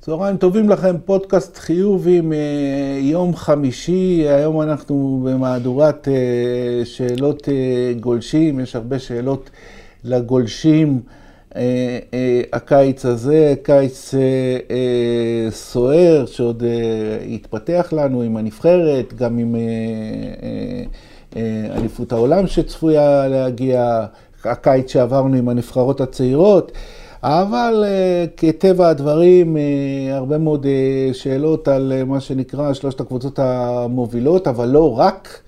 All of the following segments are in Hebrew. צהריים טובים לכם, פודקאסט חיובי מיום חמישי, היום אנחנו במהדורת אה, שאלות אה, גולשים, יש הרבה שאלות לגולשים אה, אה, הקיץ הזה, קיץ אה, אה, סוער שעוד אה, יתפתח לנו עם הנבחרת, גם עם אה, אה, אה, אליפות העולם שצפויה להגיע, הקיץ שעברנו עם הנבחרות הצעירות. אבל אה, כטבע הדברים, אה, הרבה מאוד אה, שאלות על אה, מה שנקרא שלושת הקבוצות המובילות, אבל לא רק,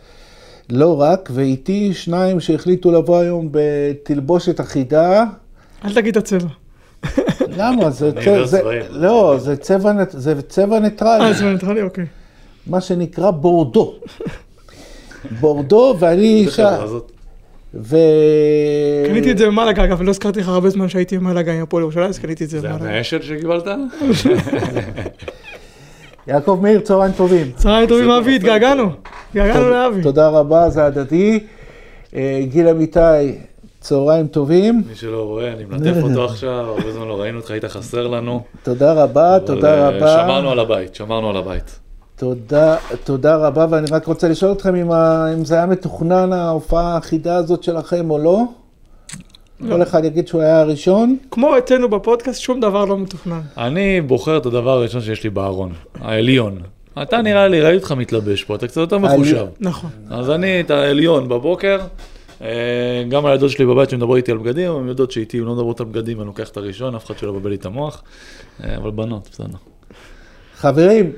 לא רק, ואיתי שניים שהחליטו לבוא היום בתלבושת אחידה. אל תגיד הצבע. למה? זה, אני צבע, לא זה, צבעים. לא, זה צבע, נט- זה צבע ניטרלי, אה, זמן ניטרלי, אוקיי. מה שנקרא בורדו. בורדו, ואני אישה, ו... קניתי את זה במלאגה, אגב, לא הזכרתי לך הרבה זמן שהייתי במלאגה עם הפועל ירושלים, אז קניתי את זה זה במלאגה. המאשל שקיבלת? יעקב מאיר, צהריים טובים. צהריים טובים אבי, התגעגענו. התגעגענו תודה- לאבי. תודה רבה, זה הדדי. אה, גיל אמיתי, צהריים טובים. מי שלא רואה, אני מלטף אותו עכשיו, הרבה זמן לא ראינו אותך, היית חסר לנו. תודה רבה, אבל, תודה אה, שמרנו רבה. על הבית, שמרנו על הבית. תודה, תודה רבה, ואני רק רוצה לשאול אתכם אם, ה- אם זה היה מתוכנן ההופעה האחידה הזאת שלכם או לא. לא. כל אחד יגיד שהוא היה הראשון. כמו אצלנו בפודקאסט, שום דבר לא מתוכנן. אני בוחר את הדבר הראשון שיש לי בארון, העליון. אתה נראה לי, ראיתי אותך מתלבש פה, אתה קצת יותר מחושב. נכון. אז אני את העליון בבוקר, אה, גם הילדות שלי בבית שמדברות איתי על בגדים, הן יודעות שאיתי הן לא מדברות על בגדים, אני לוקח את הראשון, אף אחד שלא מבלבל לי את המוח, אה, אבל בנות, בסדר. חברים,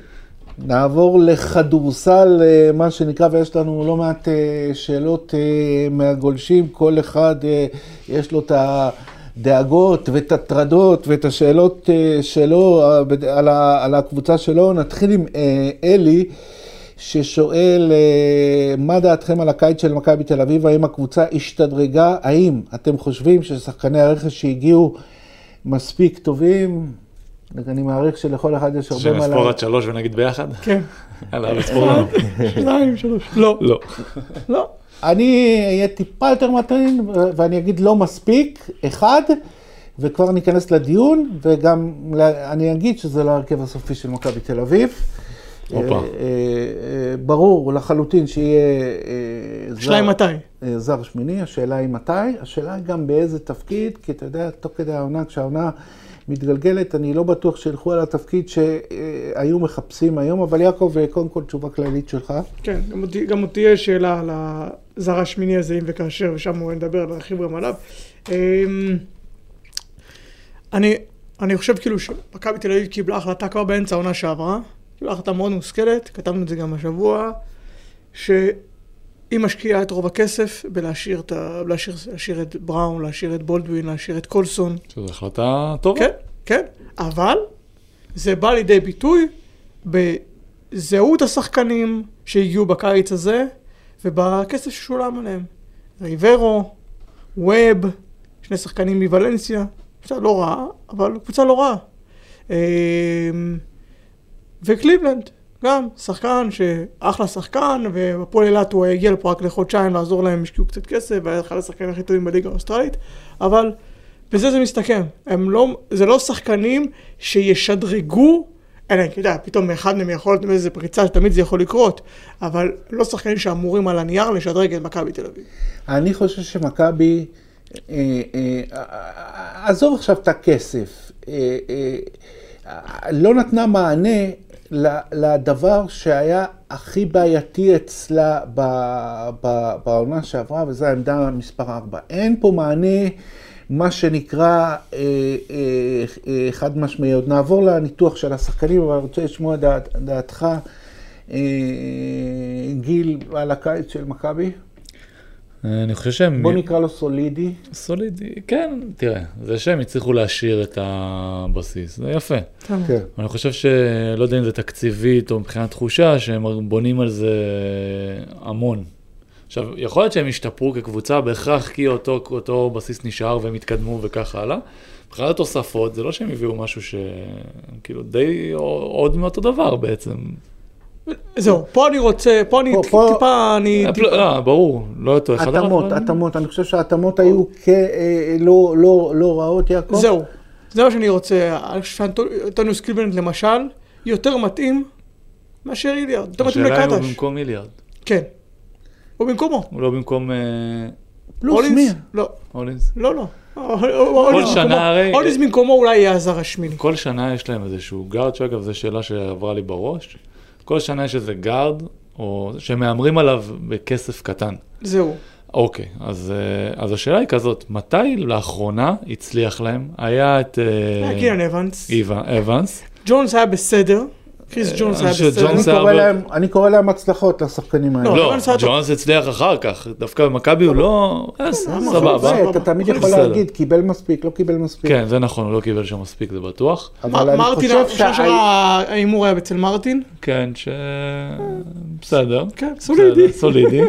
נעבור לכדורסל, אה, מה שנקרא, ויש לנו לא מעט אה, שאלות אה, מהגולשים, כל אחד אה, יש לו את הדאגות ואת הטרדות ואת השאלות אה, שלו אה, בד- על ה- על הקבוצה שלו. נתחיל עם אה, אלי. ששואל, אה, מה דעתכם על הקיץ של מכבי תל אביב? האם הקבוצה השתדרגה? האם אתם חושבים ששחקני הרכש שהגיעו מספיק טובים? אני מעריך שלכל אחד יש הרבה מה... שנספור לה- עד שלוש ונגיד ביחד? כן. יאללה, נספור לנו. שניים, שלוש. לא, לא. לא. אני אהיה טיפה יותר מתאים, ו- ואני אגיד לא מספיק, אחד, וכבר ניכנס לדיון, וגם לה- אני אגיד שזה לא ההרכב הסופי של מכבי תל אביב. אה, הופה. אה, אה, ברור לחלוטין שיהיה אה, זר, השאלה היא מתי. אה, זר שמיני, השאלה היא מתי, השאלה היא גם באיזה תפקיד, כי אתה יודע, תוך כדי העונה, כשהעונה מתגלגלת, אני לא בטוח שילכו על התפקיד שהיו מחפשים היום, אבל יעקב, אה, קודם כל תשובה כללית שלך. כן, גם אותי- גם אותי יש שאלה על הזר השמיני הזה, אם וכאשר, ושם אולי נדבר, נרחיב גם עליו. אמ, אני, אני חושב כאילו שמכבי תל אביב קיבלה החלטה כבר באמצע העונה שעברה, קיבלה החלטה מאוד מושכלת, כתבנו את זה גם השבוע, שהיא משקיעה את רוב הכסף בלהשאיר את, ה- להשאיר, להשאיר את בראון, להשאיר את בולדווין, להשאיר את קולסון, שזו החלטה טובה. כן, כן, אבל זה בא לידי ביטוי בזהות השחקנים שהגיעו בקיץ הזה ובכסף ששולם עליהם. ריברו, ווב, שני שחקנים מוולנסיה, קבוצה לא רעה, אבל קבוצה לא רעה. אמ, וקליבלנד, גם, שחקן שאחלה שחקן, והפועל אילת הוא הגיע לפה רק לחודשיים לעזור להם, השקיעו קצת כסף, והיה אחד השחקנים הכי טובים בליגה האוסטרלית, אבל בזה זה מסתכם. הם לא, זה לא שחקנים שישדרגו, אלא אם אתה יודע, פתאום אחד מהם יכול להיות איזה פריצה, שתמיד זה יכול לקרות, אבל לא שחקנים שאמורים על הנייר לשדרג את מכבי תל אביב. אני חושב שמכבי, אה, אה, אה, עזוב עכשיו את הכסף, אה, אה, אה, לא נתנה מענה ל- לדבר שהיה הכי בעייתי אצלה ב- ב- בעונה שעברה, וזו העמדה מספר 4. אין פה מענה, מה שנקרא, אה, אה, אה, חד משמעי. עוד נעבור לניתוח של השחקנים, אבל אני רוצה לשמוע דעת, דעתך, אה, גיל, על הקיץ של מכבי. אה, אני חושב שהם... בוא נקרא לו סולידי. סולידי, כן, תראה, זה שהם הצליחו להשאיר את הבסיס, זה יפה. כן. אני חושב שלא יודע אם זה תקציבית או מבחינת תחושה, שהם בונים על זה המון. עכשיו, יכול להיות שהם השתפרו כקבוצה בהכרח כי אותו, אותו בסיס נשאר והם התקדמו וכך הלאה. מבחינת התוספות, זה לא שהם הביאו משהו שהם כאילו די עוד מאותו דבר בעצם. זהו, פה אני רוצה, פה אני פה- טיפ- פה- טיפה, אני... אה, טיפ- לא, ברור, לא אותו אחד. אבל- התאמות, התאמות, אני חושב שההתאמות היו כ- אה, לא- לא לא רעות, יעקב. זהו. זה מה שאני רוצה. אני חושב שאנטוניוס קילבלנד למשל, יותר מתאים מאשר איליארד. יותר מתאים השאלה אם הוא לקטש. במקום איליארד. כן. הוא במקומו. הוא לא במקום אה, פלוס הולינס? מי? לא, הולינס. לא, לא. כל שנה הרי- הולינס במקומו אולי יהיה הזר השמיני. כל שנה יש להם איזשהו גארד, שאגב, זו שאלה שעברה לי בראש. כל שנה יש איזה גארד, או שמהמרים עליו בכסף קטן. זהו. אוקיי, אז, אה, אז השאלה היא כזאת, מתי לאחרונה הצליח להם? היה את אה, היה קילן אבנס. איוון- אבנס, ג'ונס היה בסדר. קריס ג'ונס היה אה, אני חושב בסדר. אני ג'ונס- זה קורא הרבה- להם- אני קורא להם הצלחות לשחקנים האלה. לא, לא, אבנס היה טוב. כן, ג'ונס הצליח אחר כך, דווקא במכבי הוא לא, אה, למה? סבבה. זה, אתה תמיד הכל יכול בסדר. להגיד, קיבל מספיק, לא קיבל מספיק. כן, זה נכון, הוא לא קיבל שם מספיק, זה בטוח. אבל מ- אני מרטין, חושב בשנה שה- שעברה ההימור היה אצל מרטין. כן, ש... בסדר. כן, סולידי. בסדר, סולידי. אז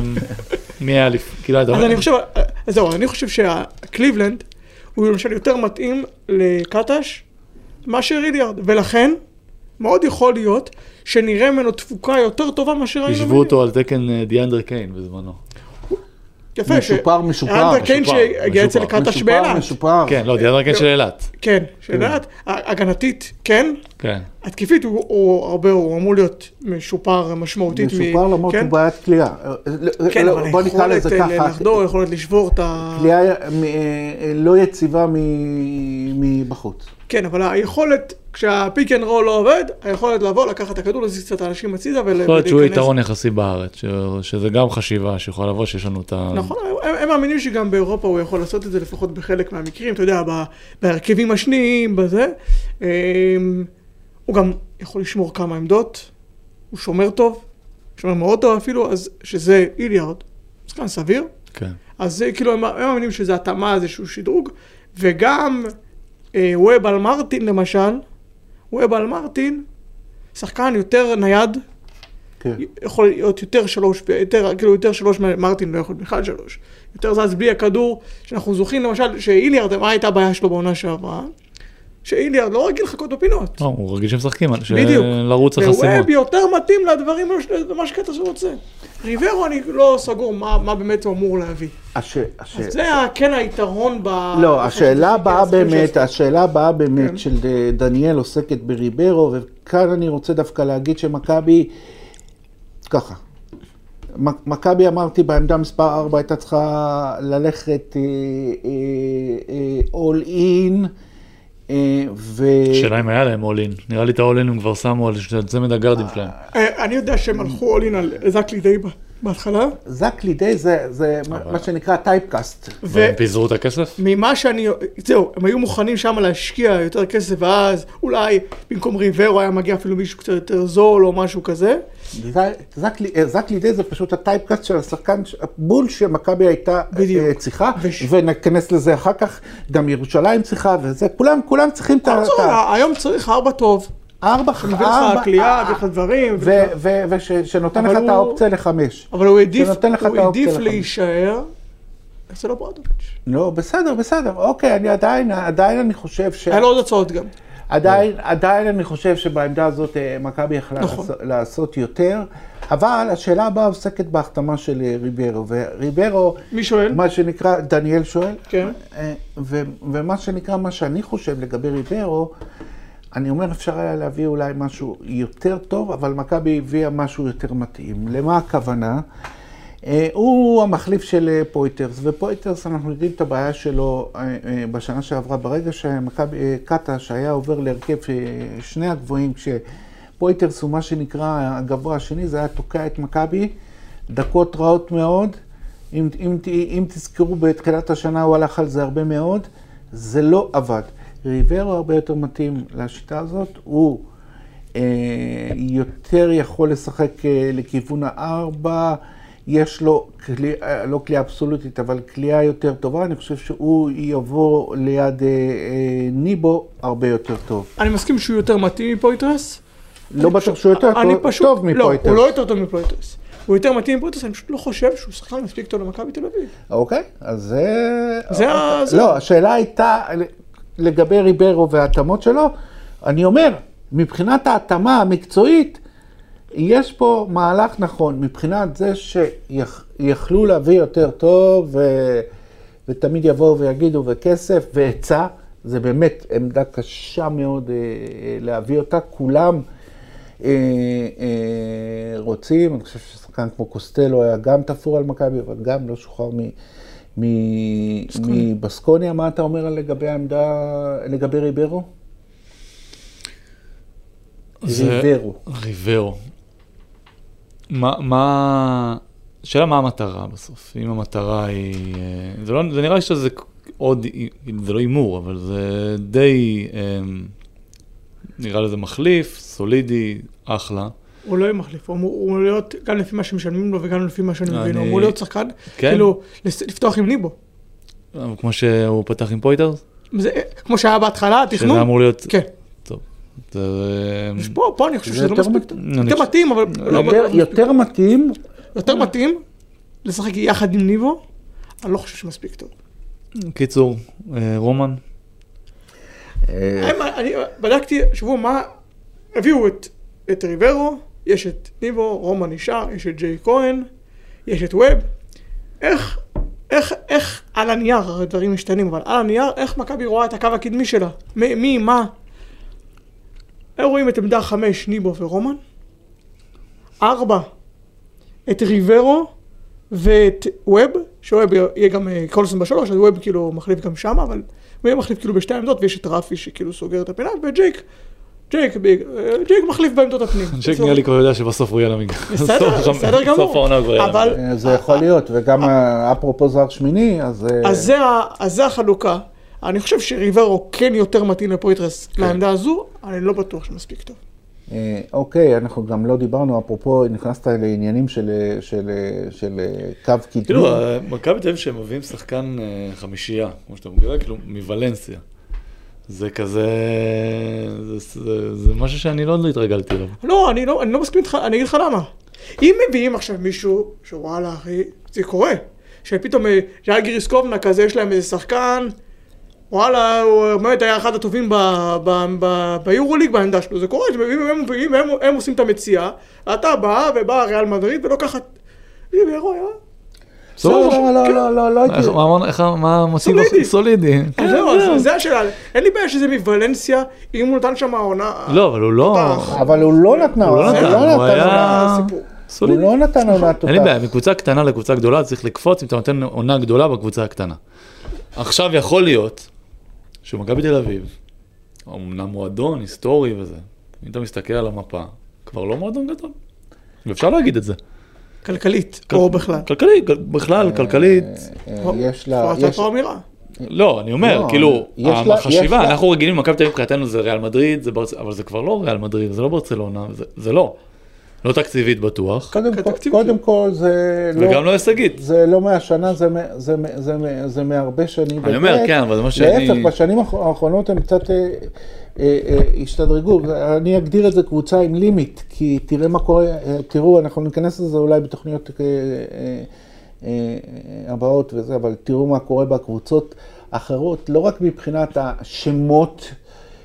אמ, מי היה לפ... כאילו, אתה אני חושב, אז זהו, אני חושב שהקליבלנד הוא למשל יותר מתאים לקטש מאשר איליארד, ולכן מאוד יכול להיות שנראה ממנו תפוקה יותר טובה מאשר היינו השוו מבינים. אותו על תקן אה, דיאנדרה קיין בזמנו. יפה, משופר, משופר, אנדר קיין משופר, שהגיע אצל משופר, קטש משופר, באילת. משופר. כן, לא, דיאנדרה קיין של אילת. כן, שאלה הגנתית, כן, כן. התקפית הוא, הוא הרבה, הוא אמור להיות משופר משמעותית. מ- משופר למרות כן? שהוא בעיית כליאה. אה, לא, כן, לא, אבל בוא נקרא היכולת לזה אה, ככה. לחדור, היכולת לשבור את ה... כליאה מ- אה, לא יציבה מ- מבחוץ. כן, אבל היכולת, כשהפיק אנד רול לא עובד, היכולת לבוא, לקחת את הכדור, להזיז קצת אנשים הצידה ול... יכול להיות שהוא ולהיכנס. יתרון יחסי בארץ, ש- שזה גם חשיבה שיכולה לבוא, שיש לנו את ה... נכון, הם, הם מאמינים שגם באירופה הוא יכול לעשות את זה, לפחות בחלק מהמקרים, אתה יודע, ב- בהרכבים השניים, בזה. אמ, הוא גם יכול לשמור כמה עמדות, הוא שומר טוב, שומר מאוד טוב אפילו, אז שזה איליארד, שחקן סביר, כן. אז זה כאילו, הם, הם מאמינים שזה התאמה, איזשהו שדרוג, וגם אה, ווב על מרטין למשל, ווב על מרטין, שחקן יותר נייד, כן. יכול להיות יותר שלוש, יותר, כאילו יותר שלוש, מה- מרטין לא יכול להיות בכלל שלוש. יותר זז בלי הכדור, שאנחנו זוכרים למשל, שאיליארד, מה הייתה הבעיה שלו בעונה שעברה? שאיליארד לא רגיל לחכות בפינות. לא, הוא רגיל שמשחקים, ש- בדיוק. לרוץ החסימות. וווב יותר מתאים לדברים, האלו, למה שקטע שהוא רוצה. ריברו, אני לא סגור מה, מה באמת הוא אמור להביא. הש- הש- אז זה ה- כן היתרון ב... לא, השאלה הבאה במשחקים באמת, שיש. השאלה הבאה כן. באמת של אה, דניאל עוסקת בריברו, וכאן אני רוצה דווקא להגיד שמכבי, ככה, מ- מכבי אמרתי בעמדה מספר 4 הייתה צריכה ללכת אה, אול אין, ו... שאלה אם היה להם אולין. נראה לי את האולין הם כבר שמו על ש- על צמד הגארדים שלהם. אה, אני יודע שהם הלכו אולין על זקלי די ב- בהתחלה, זקלי די זה, זה מה- מה שנקרא טייפקאסט. ו... והם פיזרו את הכסף? ממה שאני, זהו, הם היו מוכנים שם להשקיע יותר כסף, ואז אולי במקום ריברו היה מגיע אפילו מישהו קצת יותר זול או משהו כזה. אה, זה- זקלי- אה, זקלי די זה פשוט הטייפקאסט של השחקן ש- בול שמכבי הייתה אה, בדיוק. אה, צריכה, וש- וניכנס לזה אחר כך, גם ירושלים צריכה וזה, כולם, כולם צריכים את ה... את בקיצור, ה- היום צריך ארבע טוב, ארבע, מביא לך ארבע- קליעה, אה. אה, מביא לך דברים, ו- ו- ושנותן אבל לך את הוא- האופציה לחמש. אבל הוא העדיף, שנותן לך את הוא האופציה העדיף לחמש. להישאר אצל אוברדוביץ'. לא, בסדר, בסדר, אוקיי, אני עדיין, עדיין אני חושב ש... היה לו עוד הצעות גם. עדיין, עדיין אני חושב שבעמדה הזאת אה, מכבי יכלה נכון. לעשות- לעשות יותר, אבל השאלה הבאה עוסקת בהחתמה של אה, ריברו, וריברו, מי שואל? מה שנקרא, דניאל שואל, כן. אה, ו- ומה שנקרא, מה שאני חושב לגבי ריברו, אני אומר, אפשר היה להביא אולי משהו יותר טוב, אבל מכבי הביאה משהו יותר מתאים. למה הכוונה? אה, הוא המחליף של אה, פויטרס, ופויטרס, אנחנו יודעים את הבעיה שלו אה, אה, בשנה שעברה. ברגע שמכבי, אה, קטש היה עובר להרכב אה, שני הגבוהים, כשפויטרס הוא מה שנקרא הגבוה השני, זה היה תוקע את מכבי, דקות רעות מאוד. אם, אם, ת- אם תזכרו, בתחילת השנה הוא הלך על זה הרבה מאוד, זה לא עבד. ריברו הרבה יותר מתאים לשיטה הזאת, הוא אה, יותר יכול לשחק אה, לכיוון הארבע, יש לו, כלי, אה, לא כליאה אבסולוטית, אבל כליאה יותר טובה, אני חושב שהוא יבוא ליד אה, אה, ניבו הרבה יותר טוב. אני מסכים שהוא יותר מתאים מפויטרס. לא בטוח שהוא יותר אני טוב, פשוט- טוב מפויטרס. לא, הוא לא יותר טוב מפויטרס. הוא יותר מתאים מפויטרס, אני פשוט לא חושב שהוא שחקן מספיק טוב למכבי תל אביב. אוקיי, אז זה... זה ה- זה- לא, השאלה הייתה לגבי ריברו וההתאמות שלו. אני אומר, מבחינת ההתאמה המקצועית, יש פה מהלך נכון, מבחינת זה שיכלו להביא יותר טוב, ו... ותמיד יבואו ויגידו, וכסף, והיצע, זה באמת עמדה קשה מאוד אה, אה, להביא אותה. כולם אה, אה, רוצים, אני חושב ששחקן כמו קוסטלו היה גם תפור על מכבי, אבל גם לא שוחרר מ... מ- מבסקוניה, מה אתה אומר לגבי העמדה, לגבי ריברו? זה- ריברו. ריברו. מה, מה... שאלה מה המטרה בסוף. אם המטרה היא... אה, זה, לא, זה נראה לי שזה עוד... זה לא הימור, אבל זה די... אה, נראה לזה מחליף, סולידי, אחלה. הוא לא יהיה מחליף, הוא אמור- הוא אמור להיות, גם לפי מה שמשלמים לו וגם לפי מה שאני אה, אני- מבין, הוא אמור להיות שחקן, כן. כאילו, לס- לפתוח עם ניבו. אבל כמו שהוא פתח עם פויטרס, זה- כמו שהיה בהתחלה, שזה התכנון, אמור להיות... כן. זה, אה, אז פה, פה אני חושב זה שזה לא יותר מת- מספיק, אני יותר חושב- מתאים, אבל לא- יותר- לא- יותר מתאים יותר מתאים לשחק יחד עם ניבו, אני לא חושב שמספיק טוב. קיצור, אה, רומן, אה, הם- אני בדקתי, שבוע מה, הביאו את, את ריברו, יש את ניבו, רומן נשאר, יש את ג'יי כהן, יש את ווב. איך, איך, איך על הנייר, הרי דברים משתנים, אבל על הנייר, איך מכבי רואה את הקו הקדמי שלה? מי, מי מה? הם רואים את עמדה חמש, ניבו ורומן. ארבע, את ריברו ואת ווב, שווב יהיה גם אה, קולסון בשלוש, אז ווב כאילו מחליף גם שמה, אבל הוא יהיה מחליף כאילו בשתי עמדות, ויש את רפי שכאילו סוגר את הפינה, וג'ייק, ג'ייק, ביג- אה, ג'ייק מחליף בעמדות הפנים. ג'ק נראה לי כבר יודע שבסוף הוא יהיה על המגרש. בסדר, סוף- בסדר גמור. סוף העונה הוא כבר יהיה על אבל- המגרש. אה, זה יכול להיות, וגם ה- אפרופו זר שמיני, אז... אה, אז זה, ה- אז זה החלוקה. אני חושב שריברו כן יותר מתאים לפויטרס כן. לעמדה הזו, אני לא בטוח שמספיק טוב. אה, אוקיי, אנחנו גם לא דיברנו, אפרופו, נכנסת לעניינים של, אה, של, אה, של אה, קו קידום. כאילו, אה, מכבי תל אביב שהם מביאים שחקן אה, חמישייה, כמו שאתה מגלה, כאילו, מוולנסיה. זה כזה... זה- זה- זה משהו שאני לא לא התרגלתי אליו. לא, אני לא, אני לא מסכים איתך, אני אגיד לך למה. אם מביאים עכשיו מישהו, שוואלה אחי, זה קורה. שפתאום אה, ז'אל גריסקובנה כזה, יש להם איזה שחקן, וואלה, הוא אה, באמת היה אחד הטובים ב- ב- ב- ביורוליג בעמדה שלו, זה קורה, שמביאים, הם, מביאים, הם, הם עושים את המציאה, אתה בא, ובא ריאל מדריד ולוקחת, הנה, אירוע, אה? לא, בסדר. לא, לא, לא, לא, לא איך- הייתי... מה אמרנו? איך ה- מה המוטיב? סולידי. סולידי. כן, אז זהו, אז זהו. זה השאלה, אין לי בעיה שזה מוולנסיה, אם הוא נתן שם העונה, לא, אבל הוא לא... תותח. אבל הוא לא נתן, הוא לא נתן, הוא עונה- היה... הסיפור. הוא סולידי. לא נתן עונה אין לי בעיה, תותח. מקבוצה קטנה לקבוצה גדולה צריך לקפוץ אם אתה נותן עונה גדולה בקבוצה הקטנה. עכשיו יכול להיות שמכבי תל אביב, אמנם מועדון היסטורי וזה, אם אתה מסתכל על המפה, כבר לא מועדון גדול. ואפשר להגיד את זה. כלכלית, או בכלל. כלכלית, כל- בכלל, כלכלית. אה, אה, יש לה... זאת יש- הייתה אמירה. לא, אני אומר, לא, כאילו, יש לה- יש החשיבה, לה- אנחנו רגילים, מכבי תל אביב מבחינתנו זה ריאל מדריד, זה ברצ- אבל זה כבר לא ריאל מדריד, זה לא ברצלונה, זה- זה לא. לא תקציבית בטוח, קודם כל- כתקציב קודם כל, זה כן, לא... וגם לא הישגית. זה לא מהשנה, זה, מה- זה, מה- זה, מה- זה מהרבה שנים. אני אומר, באמת, כן, אבל זה מה שאני- להפך, בשנים האח- האחרונות הם קצת אה, אה, אה, השתדרגו. אני אגדיר את זה קבוצה עם לימיט, כי תראה מה קורה, אה, תראו, אנחנו ניכנס לזה אולי בתוכניות אה, אה, אה, הבאות וזה, אבל תראו מה קורה בקבוצות אחרות, לא רק מבחינת השמות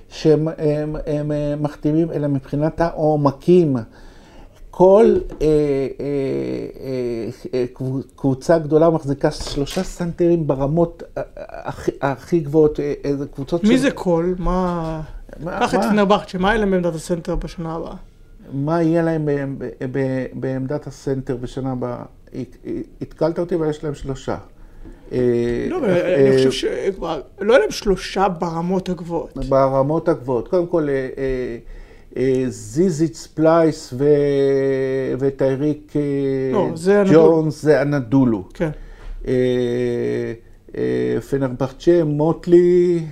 שהם הם, הם, אה, מחתימים, אלא מבחינת העומקים. כל אה, אה, אה, אה, קבוצ- קבוצה גדולה מחזיקה שלושה סנטרים ברמות אה, הכי- הכי גבוהות, אה, איזה קבוצות... מי של- זה קול? מה... מה- קח את אה, מה- אה, פנרבכצ'ה, מה יהיה להם בעמדת הסנטר בשנה הבאה? מה יהיה להם אה, ב- ב- ב- בעמדת הסנטר בשנה הבאה? הת- התקלת אותי, אבל יש להם שלושה. אה, לא, אבל אני אה, חושב שכבר... לא יהיה להם שלושה ברמות הגבוהות. ברמות הגבוהות. קודם כל, אה, אה, אה, זיזיץ' פלייס ו- וטייריק אה, לא, זה הנדולו. ג'ונס, זה הנדולו. כן. אה, אה, פנרבחצ'ה, מוטלי,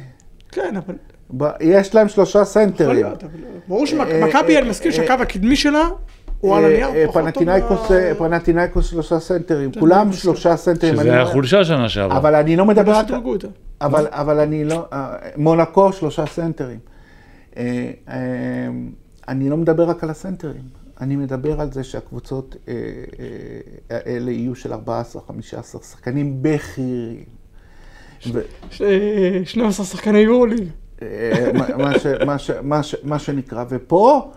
כן, אבל... ב- יש להם שלושה יכול סנטרים. להיות, אבל... ברור אה, שמכבי, אה, אני מסכים אה, שהקו הקדמי שלה הוא על אה, הנייר אה, פחות טוב. פנתינייקוס, מה- אה, פנתינייקוס שלושה סנטרים, כולם שלושה סנטרים. שזה אני- לא- היה חולשה שנה שעברה. אבל אני לא מדבר, מה רק- שדרגו אותה. אבל, אבל אני לא, אה, מונקו שלושה סנטרים. אה, אה, אני לא מדבר רק על הסנטרים, אני מדבר על זה שהקבוצות אה, אה, האלה יהיו של 14-15 שחקנים בכירים. ו- ש- אה, 12 שחקני יורו ליג. אה, מה- מה ש- מה ש- מה ש- מה שנקרא, ופה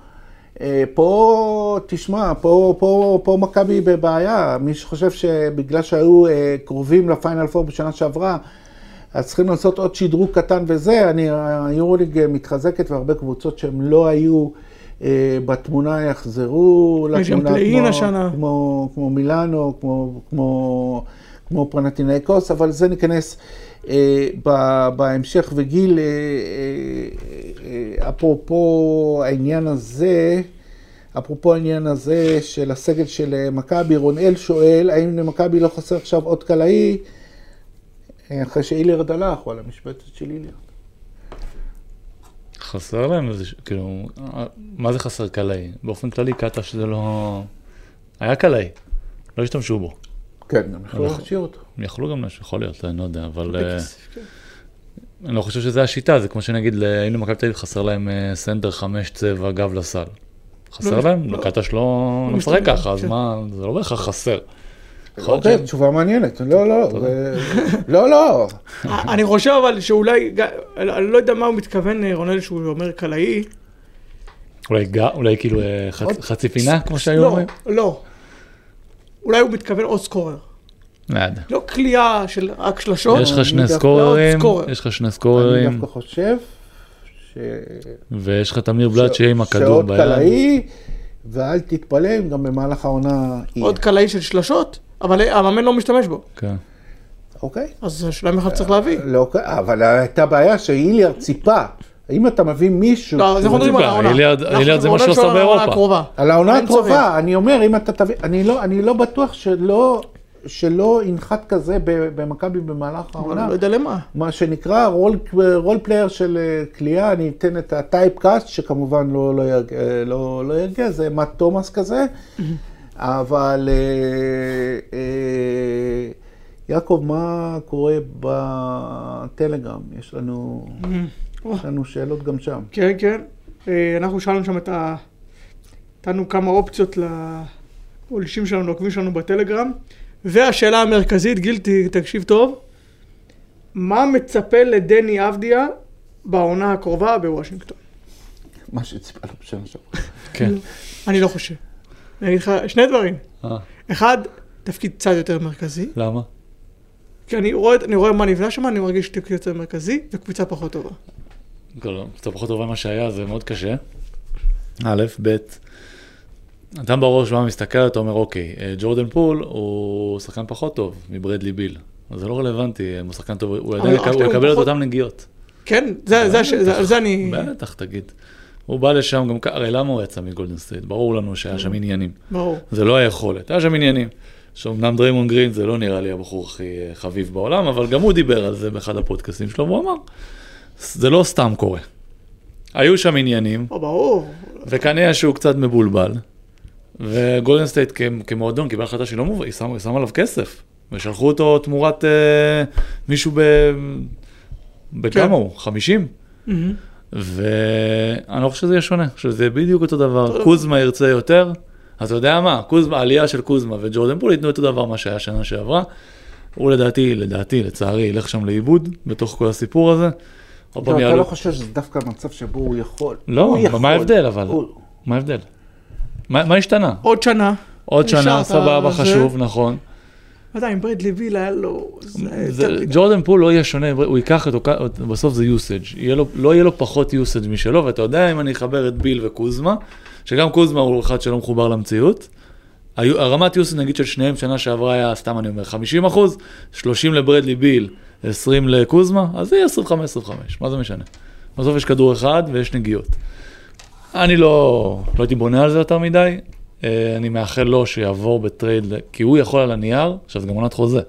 אה, פה, תשמע, פה, פה, פה מכבי בבעיה. מי שחושב שבגלל שהיו אה, קרובים לפיינל פור בשנה שעברה, אז צריכים לעשות עוד שדרוג קטן וזה. אני, היורוליג מתחזקת והרבה קבוצות שהן לא היו אה, בתמונה יחזרו יש גם לתמונה. פלייאין כמו- השנה. כמו, כמו מילאנו, כמו, כמו, כמו פרנטינאיקוס, אבל זה ניכנס אה, ב, בהמשך. וגיל, אה, אה, אה, אפרופו העניין הזה, אפרופו העניין הזה של הסגל של אה, מכבי, רונאל שואל, האם למכבי לא חסר עכשיו עוד קלעי? אה, אחרי שאילרד הלך, וואלה, משבצת של אילרד. חסר להם איזה, ש- כאילו, אה, מה זה חסר קלעי? באופן כללי קטש זה לא... היה קלעי, לא השתמשו בו. כן, גם יכלו נכון. להכשיר אותו. הם יכלו גם להשאיר, יכול להיות, אני לא יודע, אבל אה, בכסף, כן. אני לא חושב שזו השיטה, זה כמו שנגיד, ל- אם למכבי תל אביב חסר להם אה, סנטר חמש צבע גב לסל. חסר לא, להם? לא. קטש לא לא לא משחק מסתדר, ככה, אז כן. מה, זה לא בהכרח חסר. יכול להיות אוקיי, שהם- תשובה מעניינת. לא, לא, זה- לא, לא. אה, אני חושב אבל שאולי, ג- אני אני לא יודע מה הוא מתכוון, אה, רונל, שהוא אומר קלעי. אולי ג- אולי כאילו אה, חצ- עוד- חצי פינה, כמו שהיו לא, אומרים? לא. אולי הוא מתכוון עוד סקורר. לא יודע. לא קליעה של רק שלשות. יש לך שני לא, דווקא עוד סקוררים, סקורר. יש לך שני אני סקוררים, דווקא חושב ש... ויש לך תמיר בלאט ש- שיהיה עם הכדור שעוד ביד. קלעי, ואל תתפלא אם גם במהלך העונה יהיה. עוד קלעי של שלשות, אבל המאמן לא משתמש בו. כן. אוקיי? אז השאלה איך צריך להביא. לא, אוקיי, אבל הייתה בעיה שאיליארד ציפה. אם אתה מביא מישהו... לא, אז אנחנו מדברים על טיפה, העונה. איליארד- אנחנו איליארד זה מה מדברים שהוא עשה על העונה באירופה. הקרובה. על העונה אין צורך. הקרובה, אני אומר, אם אתה תביא... אני לא- אני לא בטוח שלא... שלא ינחת כזה ב- במכבי במהלך אבל העונה. אני לא יודע למה. מה שנקרא רול, רול פלייר של אה, כליאה, אני אתן את הטייפקאסט, שכמובן לא, לא, ירג- אה, לא, לא ירגיע, זה מאט תומאס כזה, אבל אה, אה, יעקב, מה קורה בטלגרם? יש לנו, יש לנו שאלות גם שם. כן, כן. אה, אנחנו שאלנו שם את ה... נתנו כמה אופציות לגולשים שלנו, לעוקבים שלנו בטלגרם. והשאלה המרכזית, גיל, ת- תקשיב טוב, מה מצפה לדני אבדיה בעונה הקרובה בוושינגטון? מה שציפלנו בשנה שעברה. כן. אני לא חושב. אני אגיד לך שני דברים. אה, אחד, תפקיד קצת יותר מרכזי. למה? כי אני רואה, אני רואה מה נבנה שם, אני מרגיש תפקיד יותר מרכזי, וקבוצה פחות טובה. לא, אתה פחות טובה ממה שהיה, זה מאוד קשה. א', ב', אתה בראש מה מסתכל, אתה אומר, אוקיי, אה, ג'ורדן פול הוא שחקן פחות טוב מברדלי ביל. אז זה לא רלוונטי, אם הוא שחקן טוב, הוא עדיין אבל יקב- הוא הוא יקבל את פחות- אה. אותן נגיעות. כן, זה, זה, הש- זה, על זה אני... בטח, תגיד. הוא בא לשם גם, כ- הרי למה הוא יצא מגולדן סטייט? ברור לנו שהיה שם עניינים. ברור. זה לא היכולת, היה שם עניינים. שאומנם דריימון גרין זה לא נראה לי הבחור הכי אה, חביב בעולם, אבל גם הוא דיבר על זה באחד הפודקאסטים שלו, והוא אמר, זה לא סתם קורה. היו שם עניינים, או, ברור. וכנראה שהוא קצת מבולבל, וגולדן סטייט כ- כמועדון קיבל החלטה שהיא לא מובנת, היא שמה שמה עליו כסף, ושלחו אותו תמורת אה, מישהו ב... בכמה כן. הוא? 50? מהמם. ואני לא חושב שזה יהיה שונה, אני חושב שזה יהיה בדיוק אותו דבר, טוב. קוזמה ירצה יותר, אז אתה יודע מה, קוזמה, העלייה של קוזמה וג'ורדן פול ייתנו אותו דבר מה שהיה שנה שעברה. הוא לדעתי, לדעתי, לצערי, ילך שם לאיבוד בתוך כל הסיפור הזה. עוד פעם אתה יעלו- לא חושב שזה דווקא מצב שבו הוא יכול. לא, הוא יכול. מה ההבדל אבל? הוא- מה ההבדל? מה מה השתנה? עוד שנה. עוד נשארת שנה, סבבה, זה. חשוב, נכון. עדיין, ברדלי ויל היה לו... זה- זה- תמיד- ג'ורדן פול לא יהיה שונה, הוא ייקח את, אותו- בסוף זה יוסאג', יהיה לו- לא יהיה לו פחות יוסאג' משלו, ואתה יודע אם אני אחבר את ביל וקוזמה, שגם קוזמה הוא אחד שלא מחובר למציאות. היו- הרמת יוסאג' נגיד של שניהם שנה שעברה היה, סתם אני אומר, 50 אחוז, 30 לברדלי ביל, 20 לקוזמה, אז זה יהיה 25-25, מה זה משנה? בסוף יש כדור אחד ויש נגיעות. אני לא, לא הייתי בונה על זה יותר מדי. אה, אני מאחל לו שיעבור בטרייד, כי הוא יכול על הנייר, עכשיו זה גם עונת חוזה,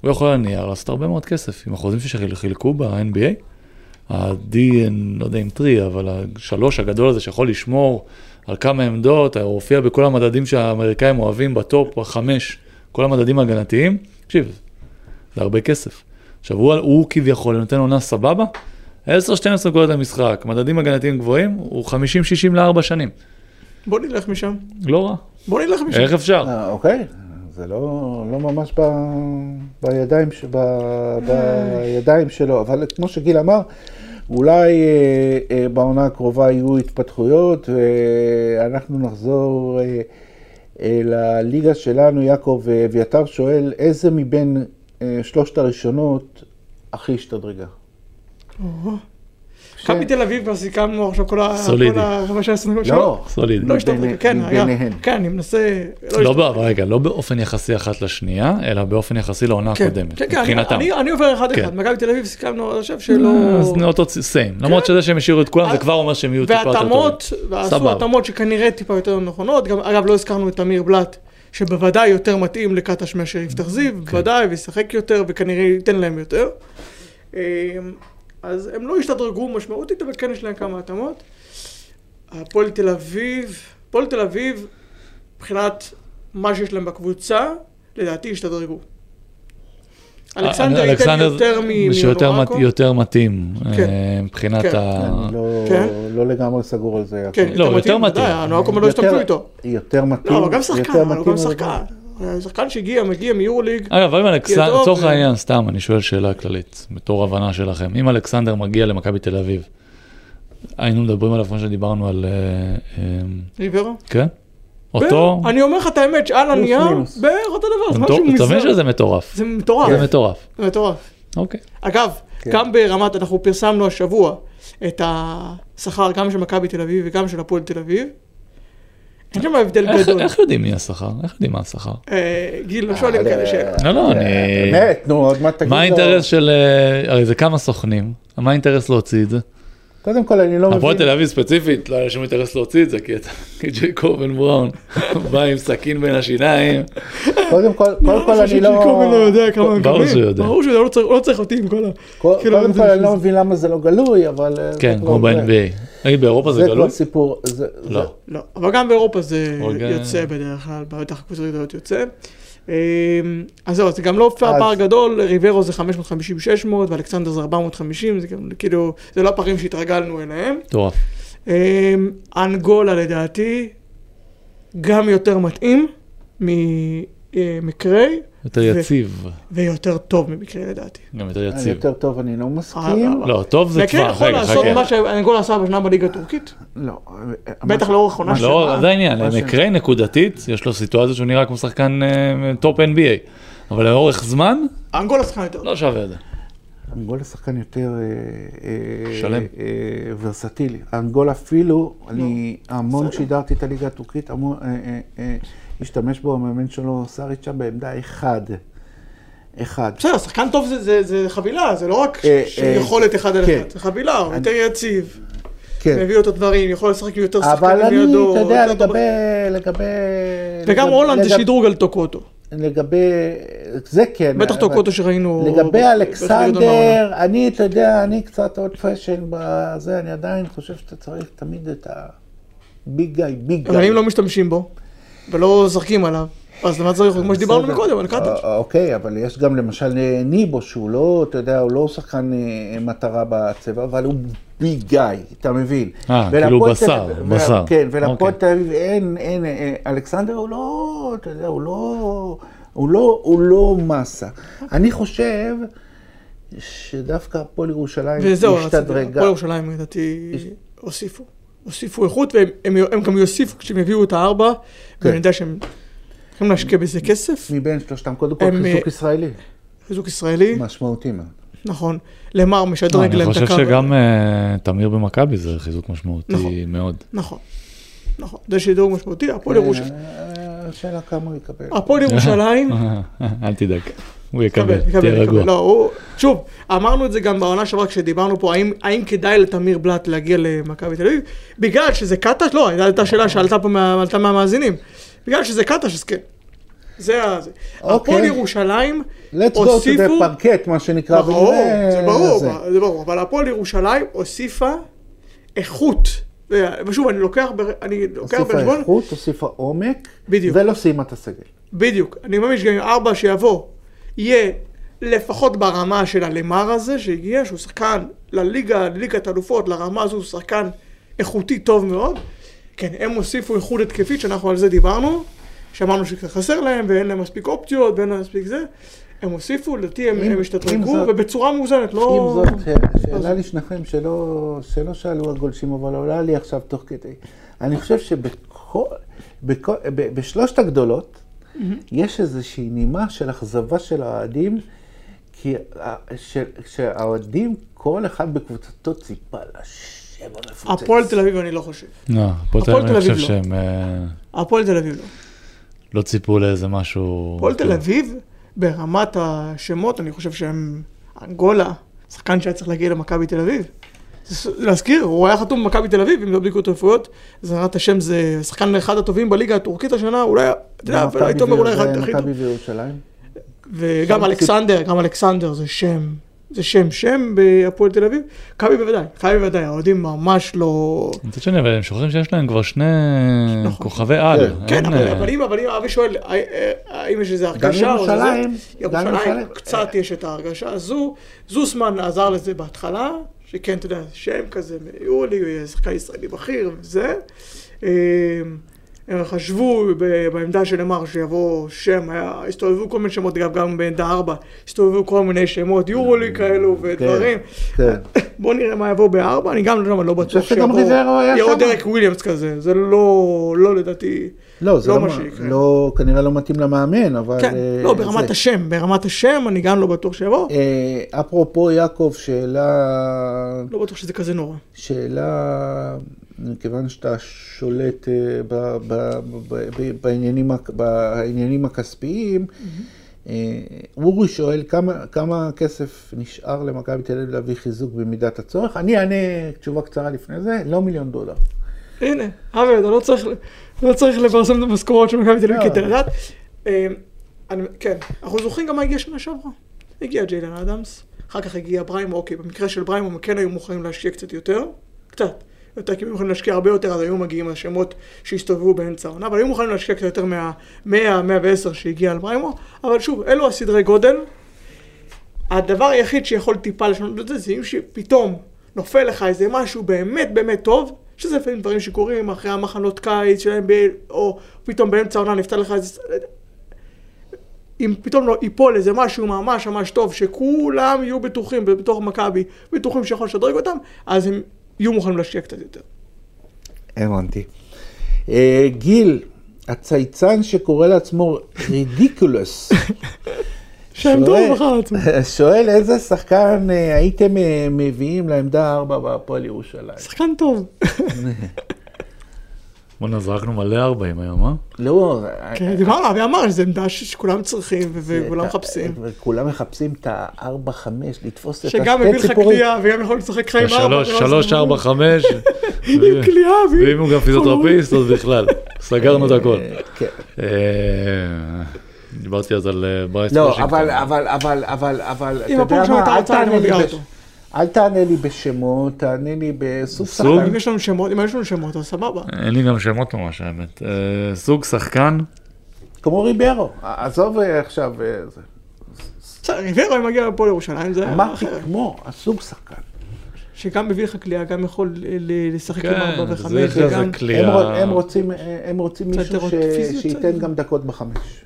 הוא יכול על הנייר לעשות הרבה מאוד כסף. עם החוזים שחילקו ב-NBA, ה-DN, לא יודע אם טרי, אבל השלוש הגדול הזה שיכול לשמור על כמה עמדות, הוא הופיע בכל המדדים שהאמריקאים אוהבים בטופ, החמש, כל המדדים ההגנתיים. תקשיב, זה הרבה כסף. עכשיו, הוא, הוא כביכול נותן עונה סבבה, 10-12 נקודות למשחק, מדדים הגנתיים גבוהים, הוא 50-60 לארבע שנים. בוא נלך משם. לא רע. בוא נלך משם. איך אפשר? אה, אוקיי, זה לא, לא ממש ב, בידיים, ש- ב, בידיים שלו, אבל כמו שגיל אמר, אולי אה, אה, בעונה הקרובה יהיו התפתחויות, ואנחנו נחזור אה, אה, לליגה שלנו. יעקב אה, אביתר שואל, איזה מבין אה, שלושת הראשונות הכי השתדרגה? או. מכבי תל אביב כבר סיכמנו עכשיו כל ה... סולידי. כל הרבע של הסנגול לא, סולידי. לא השתנה, מבין- כן, היה. מביניהן. כן, אני מנסה... לא, בא- אבל רגע, לא באופן יחסי אחת לשנייה, אלא באופן יחסי לעונה כן, הקודמת, כן, כן, אני- מבחינתם. אני- אני עובר אחד-אחד. כן. מכבי תל אביב סיכמנו, אני חושב שלא... אה, אז אותו סיים. למרות שזה שהם השאירו את כולם, זה כבר אומר שהם יהיו טיפה יותר טובים. כן. והתאמות, ועשו סבבה. התאמות שכנראה טיפה יותר נכונות, גם אגב לא הזכרנו את אמיר בלאט, שבוודאי יותר מתאים לקטש מאשר יפתח זיו, כן. בוודאי, וישחק יותר, וכנראה ייתן להם יותר. אמ, אז הם לא השתדרגו משמעותית, אבל כן יש להם כמה התאמות. הפועל תל אביב, הפועל תל אביב, מבחינת מה שיש להם בקבוצה, לדעתי השתדרגו. אלכסנדר ייתן יותר מ- אה, שיותר מת- מלובנקו. יותר מתאים, כן. אה, מבחינת כן. ה... אני לא- כן. לא לגמרי סגור על זה, יעקב. כן, לא, יותר יותר מתאים, מתאים. ודאי, הנועקום לא יותר- השתמשו איתו. יותר מתאים. לא, אבל גם שחקן, יותר אבל הוא מתאים גם לזה. שחקן. אה, שחקן שהגיע, מגיע מיורוליג. אגב, אם אלכסנדר, ידוע, לצורך ו- העניין, סתם, אני שואל שאלה כללית, בתור הבנה שלכם. אם אלכסנדר מגיע למכבי תל אביב, היינו מדברים עליו כמו שדיברנו על... אה, אה, ריברו. כן? אותו? אני אומר לך את האמת, שעל פלוס הנייר, מינוס. בערך אותו דבר, זה זה משהו מטור- אתה מבין מוזר. שזה מטורף. זה מטורף, זה מטורף. זה מטורף. אוקיי. אגב, כן. גם ברמת, אנחנו פרסמנו השבוע את השכר גם של מכבי תל אביב וגם של הפועל תל אביב. אין שם הבדל איך- גדול. איך יודעים מי השכר? איך יודעים מה השכר? אה, גיל, לא שואלים אה, כאלה שאלות. לא, לא, אני... באמת, נו, עוד מעט תגיד לו. מה האינטרס של... אה, הרי זה כמה סוכנים, מה האינטרס להוציא את זה? קודם כל, אני לא הפועל מבין. תל אביב ספציפית, לא היה שום אינטרס להוציא את זה, כי אתה- כי ג'ייקובן בראון בא עם סכין בין השיניים. קודם כל, קודם כל, אני לא... שקיקומן לא יודע כמה הם ברור מקבלים. שהוא יודע. ברור שהוא יודע, לא צריך- לא צריך אותי עם כל ה... כל- כאילו, קודם זה כל, אני בשביל לא זה. מבין למה זה לא גלוי, אבל... אה, זה כן, כבר כמו זה. ב-NBA. האם באירופה זה זה גלוי? כבר סיפור. זה- זה- לא. לא, אבל גם באירופה זה אוקיי. יוצא בדרך כלל, בטח הקבוצות הגדולות יוצא. אמ, אז זהו, זה גם לא אז- פער גדול, ריברו זה 550-600 ואלכסנדר זה 450, זה גם כאילו, זה לא הפערים שהתרגלנו אליהם. מטורף. אמ, אנגולה לדעתי, גם יותר מתאים ממקרי, יותר ו- יציב. ויותר טוב ממקרי לדעתי. גם יותר אני יציב. אה, יותר טוב, אני לא מסכים. אה, לא, טוב זה מקרי כבר, יכול רגע, לעשות מה חכה. שאנגולה עשה בשנה בליגה הטורקית, לא. אה, בטח מה- לאורך עונה מה- שלמה. לא, זה העניין, מה ש- מקרי נקודתית, יש לו סיטואציה שהוא נראה כמו שחקן אה, טופ NBA, אבל לאורך זמן, אנגולה שחקן יותר. לא שווה את זה. אנגולה שחקן יותר אה, אה, שלם. אה, ורסטילי. אנגולה אפילו, אני המון בסדר. שידרתי את הליגה הטורקית, המון, אה, אה, אה, השתמש בו המאמן שלו, סאריץ' שם בעמדה אחד. אחד. בסדר, שחקן טוב זה, זה, זה חבילה, זה לא רק אה, ש- אה, יכולת אחד על כן. אחד, זה חבילה, הוא יותר יציב, כן. מביא אותו דברים, יכול לשחק עם יותר אבל שחקנים אני, לא לידו. אתה יודע, יותר טוב. לגבי... לגבי... וגם לגב- הולנד זה לגב- שדרוג על טוקוטו, לגבי... זה כן. בטח אבל- טוקוטו שראינו. לגבי בחלק גדול מהעונה. אלכסנדר, אני, אתה יודע, אני קצת עוד פאשן בזה, אני עדיין חושב שאתה צריך תמיד את הביג גיא, ביג גיא. אבל אם לא משתמשים בו, ולא זרקים עליו, אז למה צריך, כמו שדיברנו בסדר. מקודם, על קאטץ'. אה, אוקיי, אבל יש גם למשל אה, ניבו, שהוא לא, אתה יודע, הוא לא שחקן אה, מטרה בצבע, אבל הוא ביג גיא, אתה מבין. אה, ולפועל כאילו תל- בשר, ו- בשר. כן, ולפועל אוקיי. תל אביב אין, אין, אה, אלכסנדר הוא לא, אתה יודע, הוא לא, הוא לא, הוא לא מסה. אני חושב שדווקא הפועל ירושלים וזהו, השתדרגה. הפועל ירושלים לדעתי הוסיפו. הוסיפו איכות, והם הם- הם גם יוסיפו כשהם יביאו את הארבע, כן. ואני יודע שהם הולכים להשקיע בזה כסף. מבין שלושתם, קודם כל הם, חיזוק אה, ישראלי, חיזוק ישראלי, משמעותי מאוד. נכון. למר לא, משדרג אני להם את חושב הקו. שגם אה, תמיר במכבי זה חיזוק משמעותי נכון. מאוד. נכון, נכון. זה שדרוג משמעותי, הפועל ירושלים. אה, השאלה כמה הוא יקבל. הפועל ירושלים, אה, אל תדאג, הוא יקבל, קבל, קבל, תהיה קבל. רגוע. לא, הוא, שוב, אמרנו את זה גם בעונה שעברה כשדיברנו פה, האם, האם כדאי לתמיר בלאט להגיע למכבי תל אביב? בגלל שזה קטש, לא, זו הייתה שאלה שעלתה פה מה, עלתה מהמאזינים. בגלל שזה קטש, אז כן. זה ה... זה. הפועל ירושלים אוקיי. let's go to the הוסיפו... parquet, מה שנקרא. ברור, ונראה זה ברור, זה. זה ברור, אבל הפועל ירושלים הוסיפה איכות. ושוב, אני לוקח בר- אני לוקח הוסיפה בחשבון, איכות, הוסיפה עומק, בדיוק. ולא סיימה את הסגל. בדיוק. אני מאמין שגם עם ארבע שיבוא, יהיה לפחות ברמה של הלמר הזה שהגיע, שהוא שחקן לליגה, לליגת אלופות, לרמה הזו הוא שחקן איכותי טוב מאוד. כן, הם הוסיפו איחוד התקפית, שאנחנו על זה דיברנו, שאמרנו שחסר להם ואין להם מספיק אופציות ואין להם מספיק זה. הם הוסיפו, לדעתי הם אם- הם אם השתדרגו, זאת- ובצורה מאוזנת, עם לא... זאת, ש- שאלה לא- לשניכם שלא, שלא שאלו הגולשים, אבל עולה לי עכשיו תוך כדי. אני חושב שבכל, בכל, ב, בשלושת הגדולות, יש איזושהי נימה של אכזבה של האוהדים, כי ה- ש- שהאוהדים, כל אחד בקבוצתו ציפה לשם המפוצץ. הפועל תל אביב אני לא חושב. לא, הפועל תל הפועל אביב, אני תל חושב אביב לא. שהם אה, הפועל תל אביב לא. לא ציפו לאיזה משהו... הפועל תל אביב, ברמת השמות, אני חושב שהם אנגולה, שחקן שהיה צריך להגיע למכבי תל אביב. זה- להזכיר, הוא היה חתום במכבי תל אביב, אם לא בדיקות רפואיות, זה נראה את השם, זה שחקן אחד הטובים בליגה הטורקית השנה, אולי, אתה יודע, מכבי אולי תומר אולי וירושלים- אחד הכי טוב. מכבי וירושלים. וגם שם אלכסנדר, גם אלכסנדר זה שם, זה שם שם בהפועל תל אביב. מכבי בוודאי, מכבי בוודאי, האוהדים ממש לא... מצד שני, אבל הם שוכחים שיש להם כבר שני נכון. כוכבי על. כן, כן, אין, אבל אה, אבל אם אבל אם אבי שואל, אה, אה, האם יש איזו גם הרגשה או איזה... ירושלים, גם ירושלים, ירושלים. קצת יש את ההרגשה הזו. זוסמן עזר לזה בהתחלה, שכן, אתה יודע, שם כזה, יולי, הוא יהיה שחקן ישראלי בכיר וזה. אה, הם חשבו ב- בעמדה שנאמר שיבוא שם, היה- הסתובבו כל מיני שמות, גם- גם בעמדה ארבע, הסתובבו כל מיני שמות, יורולי אה, כאלו ודברים. כן. בוא נראה מה יבוא בארבע, אני גם לא, לא בטוח חושב שגם ריברו היה יהיה עוד שם. דרק וויליאמס כזה, זה לא, לא לדעתי, לא, זה לא לא, מה מה- שיקרה. לא, כנראה לא מתאים למאמן, אבל... כן, אה, לא, ברמת זה. השם, ברמת השם אני גם לא בטוח שיבוא, אה, אפרופו יעקב, שאלה, לא בטוח שזה כזה נורא. שאלה, מכיוון שאתה שולט אה, ב, ב, ב, ב, בעניינים, הכ- בעניינים הכספיים, אה, אורי שואל כמה, כמה כסף נשאר למכבי תל אביב להביא חיזוק במידת הצורך? אני אענה תשובה קצרה לפני זה, לא מיליון דולר. הנה, אבי, אתה לא צריך, לא צריך לפרסם את המשכורות של מכבי תל לא. אביב כדי לדעת. אה, אני- כן, אנחנו זוכרים גם מה הגיע שנה שעברה. הגיע ג'יילן אדמס, אחר כך הגיע בריימו, אוקיי, במקרה של בריימו הם כן היו מוכנים להשקיע קצת יותר, קצת. יותר כי הם היו מוכנים להשקיע הרבה יותר, אז היו מגיעים השמות שהסתובבו באמצע העונה, אבל היו מוכנים להשקיע קצת יותר מה-100-110 שהגיע על בריימו, אבל שוב, אלו הסדרי גודל, הדבר היחיד שיכול טיפה לשנות את זה, זה אם שפתאום נופל לך איזה משהו באמת באמת טוב, שזה לפעמים דברים שקורים אחרי המחנות קיץ שלהם, ב- או פתאום באמצע העונה נפתח לך איזה... לא אם פתאום לא ייפול איזה משהו ממש ממש טוב, שכולם יהיו בטוחים, בתוך מכבי, בטוחים שיכול לשדרג אותם, אז הם יהיו מוכנים להשקיע קצת יותר. הבנתי. אה, גיל, הצייצן שקורא לעצמו רידיקולוס. שהם שואל- טוב מחר לעצמם. שואל איזה שחקן אה, הייתם אה, מביאים לעמדה 4 בהפועל ירושלים? שחקן טוב. בואנה, זרקנו מלא 40 היום, אה? לא, כן, דיברנו, אבי אמר שזו עמדה ש- שכולם צריכים ו- אה, וכולם מחפשים. כולם מחפשים את ה-4-5, לתפוס את שגם השתי מביא לך ציפורים. קליעה וגם יכול לשחק חיים ארבע. לא שלוש, שלוש, ארבע, חמש. עם קליעה ועם- ואם הוא גם פיזיותרפיסט, כאילו. אז בכלל, סגרנו את הכל. אה, כן. אה, דיברתי אז על אה, ברייס לא, וושינגטון. אבל, אבל, אבל, אבל, אבל, אתה אם יודע הפועל שם מה, אל הייתה רוצה, אני תענה לי מביאה בש- אותו. אל תענה לי בשמות, תענה לי בסוף סוג? שחקן. אם יש לנו שמות, אם יש לנו שמות, אז סבבה. אין לי גם שמות ממש, האמת. אה, סוג שחקן, כמו ריברו, עזוב אה, עכשיו, אה, זה. בסדר, ריברו אם מגיע לפה לירושלים, זה היה אמרתי אחרת. כמו, הסוג שחקן. שגם מביא לך קליעה, גם יכול אה, ל- לשחק עם כן, ארבע זה וחמש, כזה וגם... הם רוצ- קליעה. הם רוצים, אה, הם רוצים קצת מישהו יותר ש- פיזיות, שייתן קצת. גם דקות בחמש.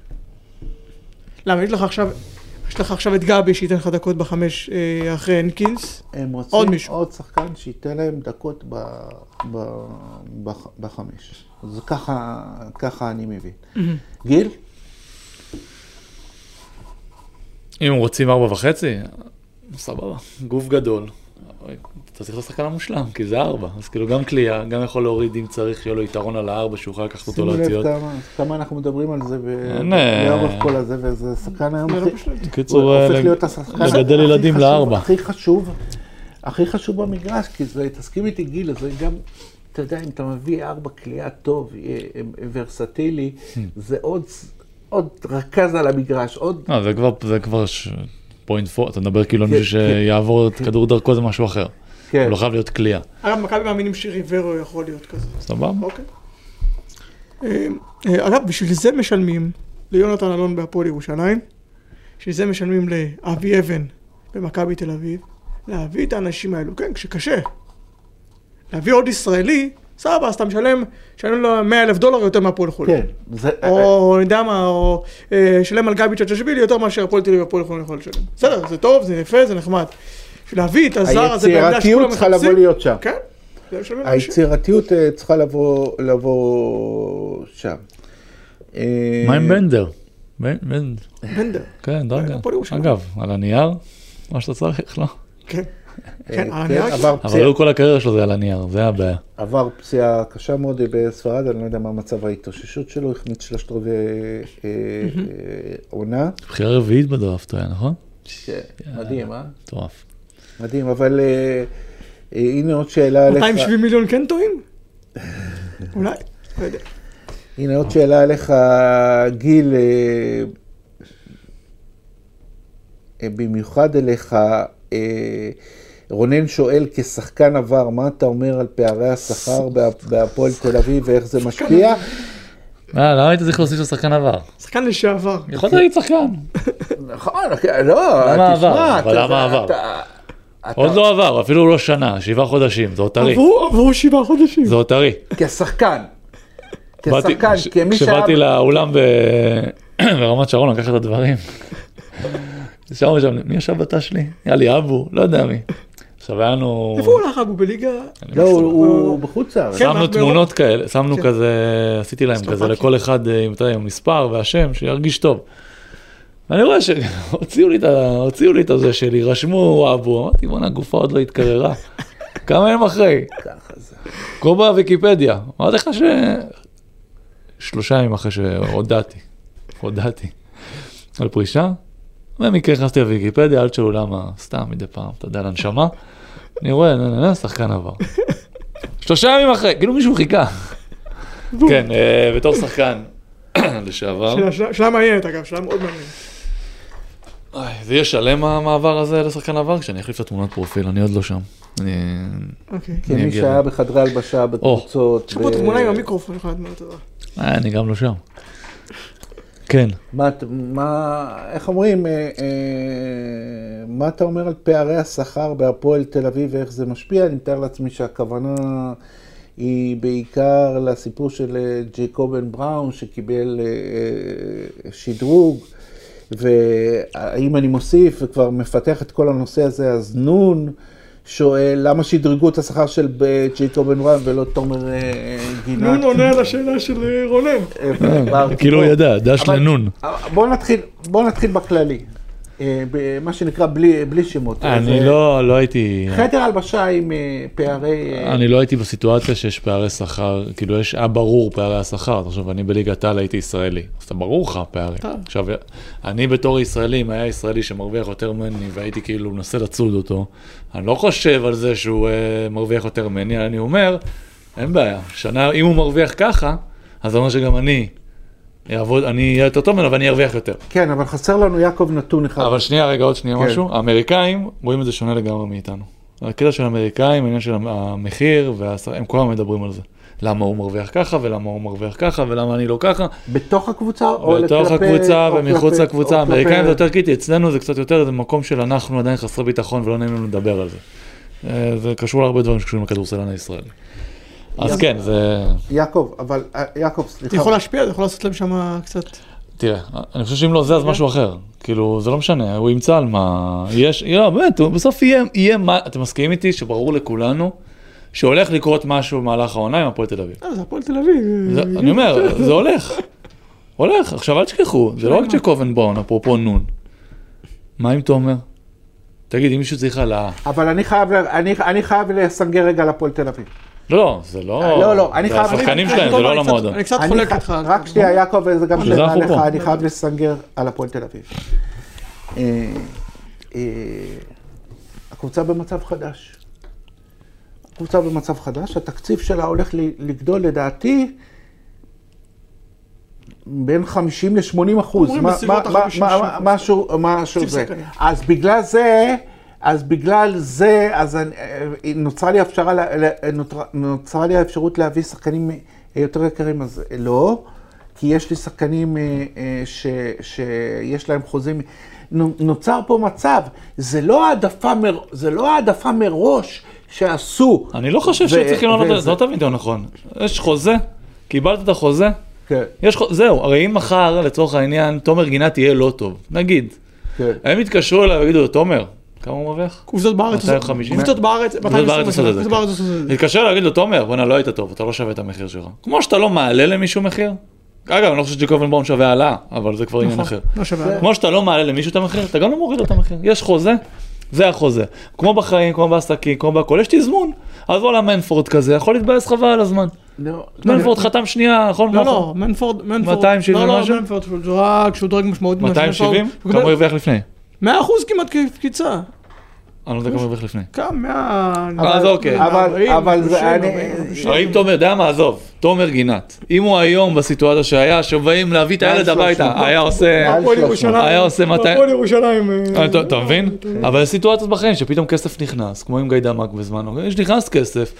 למה, יש לך עכשיו... יש לך עכשיו את גבי שייתן לך דקות בחמש אה, אחרי הנקינס. הם רוצים עוד, מישהו. עוד שחקן שייתן להם דקות ב, ב, ב, בחמש. אז ככה, ככה אני מבין. Mm-hmm. גיל? אם רוצים ארבע וחצי, סבבה, גוף גדול. אתה צריך לשחקן המושלם, כי זה ארבע. אז כאילו גם קליעה, גם יכול להוריד אם צריך, שיהיה לו יתרון על הארבע, שהוא יכול לקחת אותו שימו לב לארציות. כמה, כמה אנחנו מדברים על זה ב- אין, לאורך אה, כל הזה, וזה שחקן היום זה לא הכי... פשוט. הוא בקיצור, אה, הופך לג- להיות השחקן לגדל הכי ילדים חשוב- לארבע. הכי חשוב, הכי חשוב במגרש, כי זה, תסכים איתי גיל, זה גם, אתה יודע, אם אתה מביא ארבע קליעה טוב, אה, אה, ורסטילי, זה עוד, עוד רכז על המגרש, עוד... אה, זה כבר, זה כבר ש... פוינט פור, אתה מדבר כאילו על מישהו כן, כן. שיעבור את כדור דרכו זה משהו אחר. כן. הוא לא חייב להיות קליעה. אגב, מכבי מאמינים שריברו יכול להיות כזה. סבבה? אוקיי. אה, אה, אגב, בשביל זה משלמים ליונתן אלון בהפועל ירושלים, בשביל זה משלמים לאבי אבן במכבי תל אביב, להביא את האנשים האלו, כן, כשקשה. להביא עוד ישראלי, סבבה, אז אתה משלם, שלם לו 100 אלף דולר יותר מהפועל חולון. כן, זה... או אני יודע מה, או אה, שלם על גבי צ'צ'שבילי יותר מאשר הפועל תל אביב והפועל חולון יכול לשלם. בסדר, זה טוב, זה יפה, זה נחמד. בשביל להביא את הזר הזה בעמדה אה, היצירתיות שכולם צריכה לבוא מחפשים, להיות שם. כן, זה משלם לאנשים. היצירתיות אה, צריכה לבוא, לבוא שם. אה, מה עם בנדר? בנ- בנ- בנדר, כן, דרגה. הפועל ירושלים. אגב, על הנייר, מה שאתה צריך, לא. כן. אה, כן, כן, אני רק- עבר אבל פציעה- הוא כל הקריירה שלו זה על הנייר, זה הבעיה. עבר פציעה קשה מאוד אה, בספרד, אני לא יודע מה מצב ההתאוששות שלו, החמיץ שלושת רבעי אה, אה, עונה. בחירה רביעית בדראפט הוא היה, נכון? מדהים, אה? מטורף. מדהים, אבל אה, אה, הנה עוד שאלה עליך. 270 מיליון כן טועים? אולי, לא יודע. הנה עוד שאלה עליך, גיל, אה, אה, במיוחד אליך. אה, רונן שואל, כשחקן עבר, מה אתה אומר על פערי השכר בה- בהפועל תל אביב ואיך זה משפיע? אה, למה היית צריך להוסיף לשחקן עבר? שחקן לשעבר. יכולת להגיד שחקן. נכון, לא, למה עבר? אבל למה עבר? עוד לא עבר, אפילו לא שנה, שבעה חודשים, זה עותרי. עברו עברו שבעה חודשים. זה עותרי. כשחקן. באתי- כשחקן, כש- כמי שהיה... כשבאתי לאולם ב- ברמת שרון לקחת את הדברים. שם ושם, מי ישב בתא שלי? היה לי אבו, לא יודע מי. עכשיו היה לנו... איפה הוא הלך אבו בליגה? לא, הוא- הוא בחוץ לארץ. כן, שמנו רק תמונות כאלה, שמנו כן. כזה, עשיתי להם כזה סלובקיה. לכל אחד אה, עם אתה יודע, עם מספר והשם, שירגיש טוב. אני רואה שהוציאו לי את ה- הוציאו לי את הזה שלי, רשמו אבו, אמרתי בואנה הגופה עוד לא התקררה. כמה ימים אחרי? ככה זה. כמו בוויקיפדיה. אמרתי לך ש... שלושה ימים אחרי שהודעתי, הודעתי על פרישה. במקרה נכנסתי לוויקיפדיה, אל תשאלו למה, סתם מדי פעם, אתה יודע, לנשמה. אני רואה, נה, נה, נה, שחקן עבר. שלושה ימים אחרי, כאילו מישהו חיכה. כן, אה, בתור שחקן לשעבר. שאלה- שאלה- שאלה מעניינת אגב, שאלה מאוד מעניינת. אוי, זה יהיה שלם המעבר הזה לשחקן עבר? כשאני אחליף את התמונת פרופיל, אני עוד לא שם. אני... אוקיי. כמי אגיע שהיה לזה. בחדרי הלבשה, בקבוצות. יש לך פה ב- תמונה עם המיקרופון, יכולה לדמיין אותה. אה, אני גם לא שם. כן. מה, את- מה, איך אומרים, אה, אה, מה אתה אומר על פערי השכר בהפועל תל אביב ואיך זה משפיע? אני מתאר לעצמי שהכוונה היא בעיקר לסיפור של אה, ג'ייקובן בראון שקיבל אה, אה, שדרוג, ואם אני מוסיף וכבר מפתח את כל הנושא הזה, אז נון. שואל, למה שדרגו את השכר של אה, ג'ייקובן בראון ולא תומר אה, אה, גינת? נון לא עונה על השאלה של אה, רונן. אה, בר- כאילו הוא ידע, דש אבל- לנון. בואו נתחיל, בואו נתחיל בכללי. אה, במה שנקרא בלי, בלי שמות. אז, אני אה, לא, לא הייתי, חדר הלבשה עם אה, פערי... אה, אני לא הייתי בסיטואציה שיש פערי שכר, כאילו יש, היה ברור פערי השכר, אז עכשיו אני בליגת העל הייתי ישראלי, אז אתה ברור לך הפערים. עכשיו, אני בתור ישראלי, אם היה ישראלי שמרוויח יותר ממני והייתי כאילו מנסה לצוד אותו, אני לא חושב על זה שהוא אה, מרוויח יותר ממני, אני אומר, אין בעיה, שנה, אם הוא מרוויח ככה, אז זה אומר שגם אני אעבוד, אני אהיה יותר טוב ממנו ואני ארוויח יותר. כן, אבל חסר לנו יעקב נתון אחד. אבל שנייה, רגע, עוד שנייה כן. משהו. האמריקאים רואים את זה שונה לגמרי מאיתנו. הקטע של האמריקאים, העניין של המחיר, והשר- הם כל הזמן מדברים על זה. למה הוא מרוויח ככה, ולמה הוא מרוויח ככה, ולמה אני לא ככה. בתוך הקבוצה או בתוך כלפי- הקבוצה או ומחוץ כלפי- לקבוצה, או כלפי- האמריקאים זה יותר קריטי, אצלנו זה קצת יותר, זה מקום של אנחנו עדיין חסרי ביטחון ולא נעים לנו לדבר על זה. אה, זה קשור להרבה דברים שקשורים לכדורסלן הישראלי. אז כן, זה... יעקב, אבל אה, יעקב, סליחה. אתה יכול להשפיע, אתה יכול לעשות להם שם קצת... תראה, אני חושב שאם לא זה, אז משהו אחר. כאילו, זה לא משנה, הוא ימצא על מה... יש, לא, באמת, הוא בסוף יהיה, יהיה מה... אתם מסכימים איתי שברור לכולנו שהולך לקרות משהו במהלך העונה עם הפועל תל אביב. אה, זה הפועל תל אביב. זה- אני אומר, זה הולך. הולך. עכשיו, אל תשכחו, זה לא רק ג'קובן בון, אפרופו נון. מה עם תומר? תגיד, אם מישהו צריך העלאה... אבל אני חייב, ל- אני, אני חייב לסנגר רגע על הפועל תל אביב. לא, לא, זה לא... לא, לא, אני חייב- זה השחקנים אני- שלהם, זה אני- לא אני על קצת- המועדון. אני קצת אני חולק כן. ח- איתך. רק שנייה, יעקב, וזה גם בשביל זה שאלה אנחנו לך, פה. אני חייב לסנגר על הפועל תל אביב. אה, אה, הקבוצה במצב חדש. הקבוצה במצב חדש, התקציב שלה הולך ל- לגדול לדעתי בין 50 ל-80 אחוז. אומרים מה- בסביבות מה- מה- 50, מה- מה- משהו, משהו תקציב זה. שחקנים. אז בגלל זה, אז בגלל זה, אז אני, אה, נוצרה לי אפשרה, ל- ל- נותרה- נוצרה לי האפשרות להביא שחקנים אה, יותר יקרים, אז לא, כי יש לי שחקנים אה, אה, ש, שיש להם חוזים. נו- נוצר פה מצב, זה לא העדפה, מר, זה לא העדפה מראש שעשו. אני לא חושב ו- שצריכים לענות על וזה- זה, לא תמיד לא נכון. יש חוזה, קיבלת את החוזה, כן, יש חוזה, זהו, הרי אם מחר, לצורך העניין, תומר גינת יהיה לא טוב, נגיד, כן. הם יתקשרו אליו ויגידו לו, תומר, כמה הוא מרוויח? קבוצות בארץ, 250? קבוצות בארץ, קבוצות בארץ 220, עושות את זה, קבוצות בארץ עושות את זה. יתקשר אליו ויגיד לו, תומר, בואנה, לא היית טוב, אתה לא שווה את המחיר שלך. כמו שאתה לא מעלה למישהו מחיר, אגב, אני לא חושב שג'קובן בראון שווה העלאה, אבל זה כבר עניין נכון, אחר. לא שווה. זה- כמו שאתה לא מעלה למישהו את המחיר, אתה גם לא מוריד לו את המחיר. יש חוזה, זה החוזה. כמו בחיים, כמו בעסקים, כמו בהכל, יש תזמון. אז וואלה, מנפורד כזה, יכול להתבאס חבל על הזמן. לא, מנפורד חתם שנייה, נכון? לא, נכון. לא, מנפורד, מנפורד. 270 לא, משהו? לא, מנפורד, שהוא דרג, שהוא דרג משמעותי. 270? כמה הוא הרוויח לפני? 100 אחוז כמעט כ- קפיצה. אני לא יודע כמה הוא הרוויח לפני. כמה? 100... אבל- אז אוקיי. אבל, 40, אבל זה 30, אני... 40. אבל אם תומר, יודע מה, עזוב, תומר גינת. אם הוא היום בסיטואציה שהיה, שבאים להביא את הילד שלוש הביתה, שנים. היה עושה... מעל הפועל 300. ירושלים. היה עושה 200. הפועל ירושלים. אה, אה, אתה אתה מבין? אבל יש סיטואציות בחיים שפתאום כסף נכנס, כמו עם גיידמק בזמנו, יש נכנס כסף,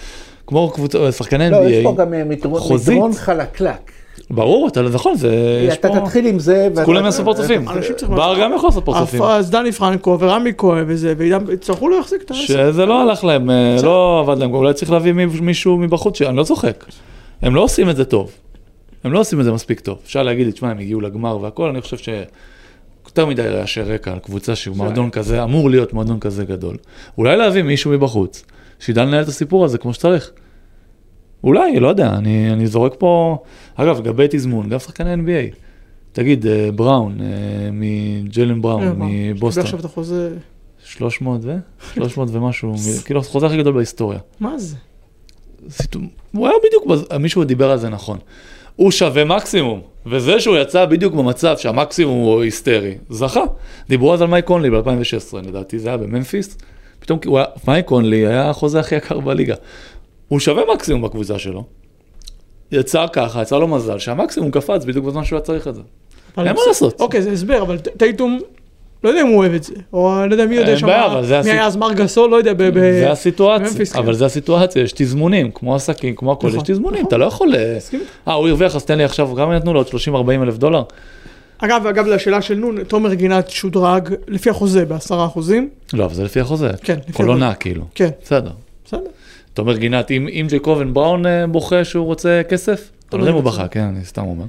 כמו קבוצה- שחקני לא, יש פה NBA. גם אה, מדרון חוזית. מדרון חלקלק. ברור, אתה נכון, זה... יש אתה פה- תתחיל עם זה, ואתה- כולם יעשו פרצופים. אנשים צריכים בר לעשות- גם יכול לעשות פרצופים. אף- אז דני פרנקו ורמי כהן וזה, ועידן, יצטרכו להחזיק את העסק. שזה לא הלך להם, אה, בסדר. לא עבד להם, אולי צריך להביא מי- מישהו מבחוץ, שאני לא צוחק. הם לא עושים את זה טוב. הם לא עושים את זה מספיק טוב. אפשר להגיד לי, תשמע, הם הגיעו לגמר והכל, אני חושב ש... יותר מדי רעשי רקע על קבוצה שמועדון כזה, אמור להיות מועדון כזה גדול. אולי להביא מישהו מבחוץ, שידע לנהל את הסיפור הזה כמו שצריך. אולי, לא יודע, אני, אני זורק פה... אגב, לגבי תזמון, גם שחקני NBA. תגיד, אה, בראון, אה, מג'לן בראון, אה, מה? קיבל מבוסטון. עכשיו את החוזה. 300 ו? 300 ומשהו, כאילו החוזה הכי גדול בהיסטוריה. מה זה? סיטום- הוא היה בדיוק, בז- מישהו דיבר על זה נכון. הוא שווה מקסימום, וזה שהוא יצא בדיוק במצב שהמקסימום הוא היסטרי, זכה. דיברו אז על מייק קונלי ב-2016, לדעתי זה היה בממפיס. פתאום כי הוא היה- מייק קונלי היה החוזה הכי יקר בליגה. הוא שווה מקסימום בקבוצה שלו. יצא ככה, יצא לו מזל, שהמקסימום קפץ בדיוק בזמן שהוא היה צריך את זה. אבל אין מה זה- לעשות. אוקיי, זה הסבר, אבל ט- טייטום, לא יודע אם הוא אוהב את זה, או אני לא יודע מי יודע אין שם, בעיה, אבל זה מי הסיפ- היה אז מר גסול, לא יודע, ב... ב- זה בממפיס, הסיטואציה, כן. אבל זה הסיטואציה, יש תזמונים, כמו עסקים, כמו הכל, נכון, יש תזמונים, נכון. אתה לא יכול... אה, מסכים איתך. אה, הוא הרוויח, אז תן לי עכשיו, כמה נתנו לו? עוד 30-40 אלף דולר? אגב, אגב, לשאלה של נון, תומר גינת שודרג לפי החוזה בעשרה אחוזים, לא, אבל זה לפי החוזה. כן, לפי כל החוזה. עונה, כאילו. כן, בסדר. בסדר. אתה אומר, גינת, אם אם ג'קובן בראון אה, בוכה שהוא רוצה כסף? אתה יודע אם הוא גינת בכה, כן, אני סתם אומר.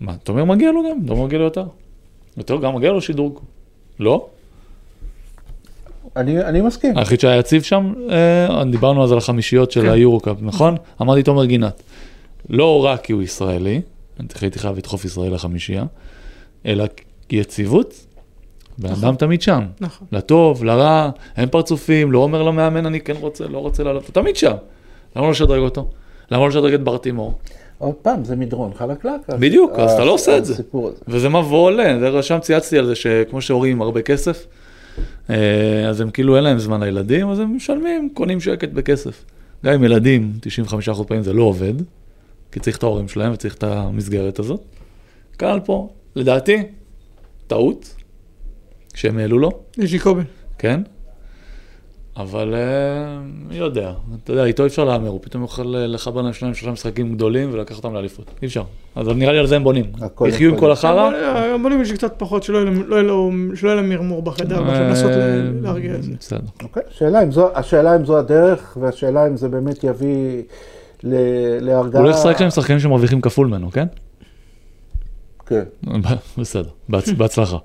מה, אתה אומר, מגיע לו גם, לא מגיע לו יותר. יותר גם מגיע לו שדרוג. לא? אני אני מסכים. היחיד שהיה יציב שם, אה, דיברנו אז על החמישיות של כן. היורו-קאפ, נכון? אמרתי תומר גינת. לא רק כי הוא ישראלי, אני הייתי חייב לדחוף ישראל לחמישייה, אלא כי יציבות, בן אדם תמיד שם. נכון. לטוב, לרע, אין פרצופים, לא אומר למאמן אני כן רוצה, לא רוצה לעלות, הוא תמיד שם. למה לא לשדרג אותו? למה לא לשדרג את ברטימור? עוד פעם, זה מדרון חלקלק. אז- בדיוק, אז אתה לא ה- עושה את זה. הסיפור הזה. וזה מבוא עולה, דרך אגב, שם צייצתי על זה שכמו שהורים עם הרבה כסף, אה, אז הם כאילו אין להם זמן לילדים, אז הם משלמים, קונים שקט בכסף. גם עם ילדים, 95% פעמים זה לא עובד, כי צריך את ההורים שלהם וצריך את המסגרת הזאת. קל פה, לדעתי, טעות, שהם העלו לו, יש לי קובל. כן? אבל אה, מי יודע, אתה יודע, איתו אי אפשר להמר, הוא פתאום יוכל אה, לחבר להם שניים שלושה משחקים גדולים ולקח אותם לאליפות, אי אפשר. אז נראה לי על זה הם בונים, הכל יחיו עם יכול כל להיות. החרא. הם בונים בשביל קצת פחות, שלא יהיה להם- לא יהיה להם- שלא יהיה להם מרמור בחדר, ועכשיו אה, לא, לנסות ל- להרגיע את זה. בסדר. אוקיי. השאלה אם זו- השאלה אם זו הדרך, והשאלה אם זה באמת יביא ל- להרגעה. הוא לא הולך לשחק עם שחקנים שמרוויחים כפול ממנו, כן? כן. בסדר, בהצ- בהצלחה.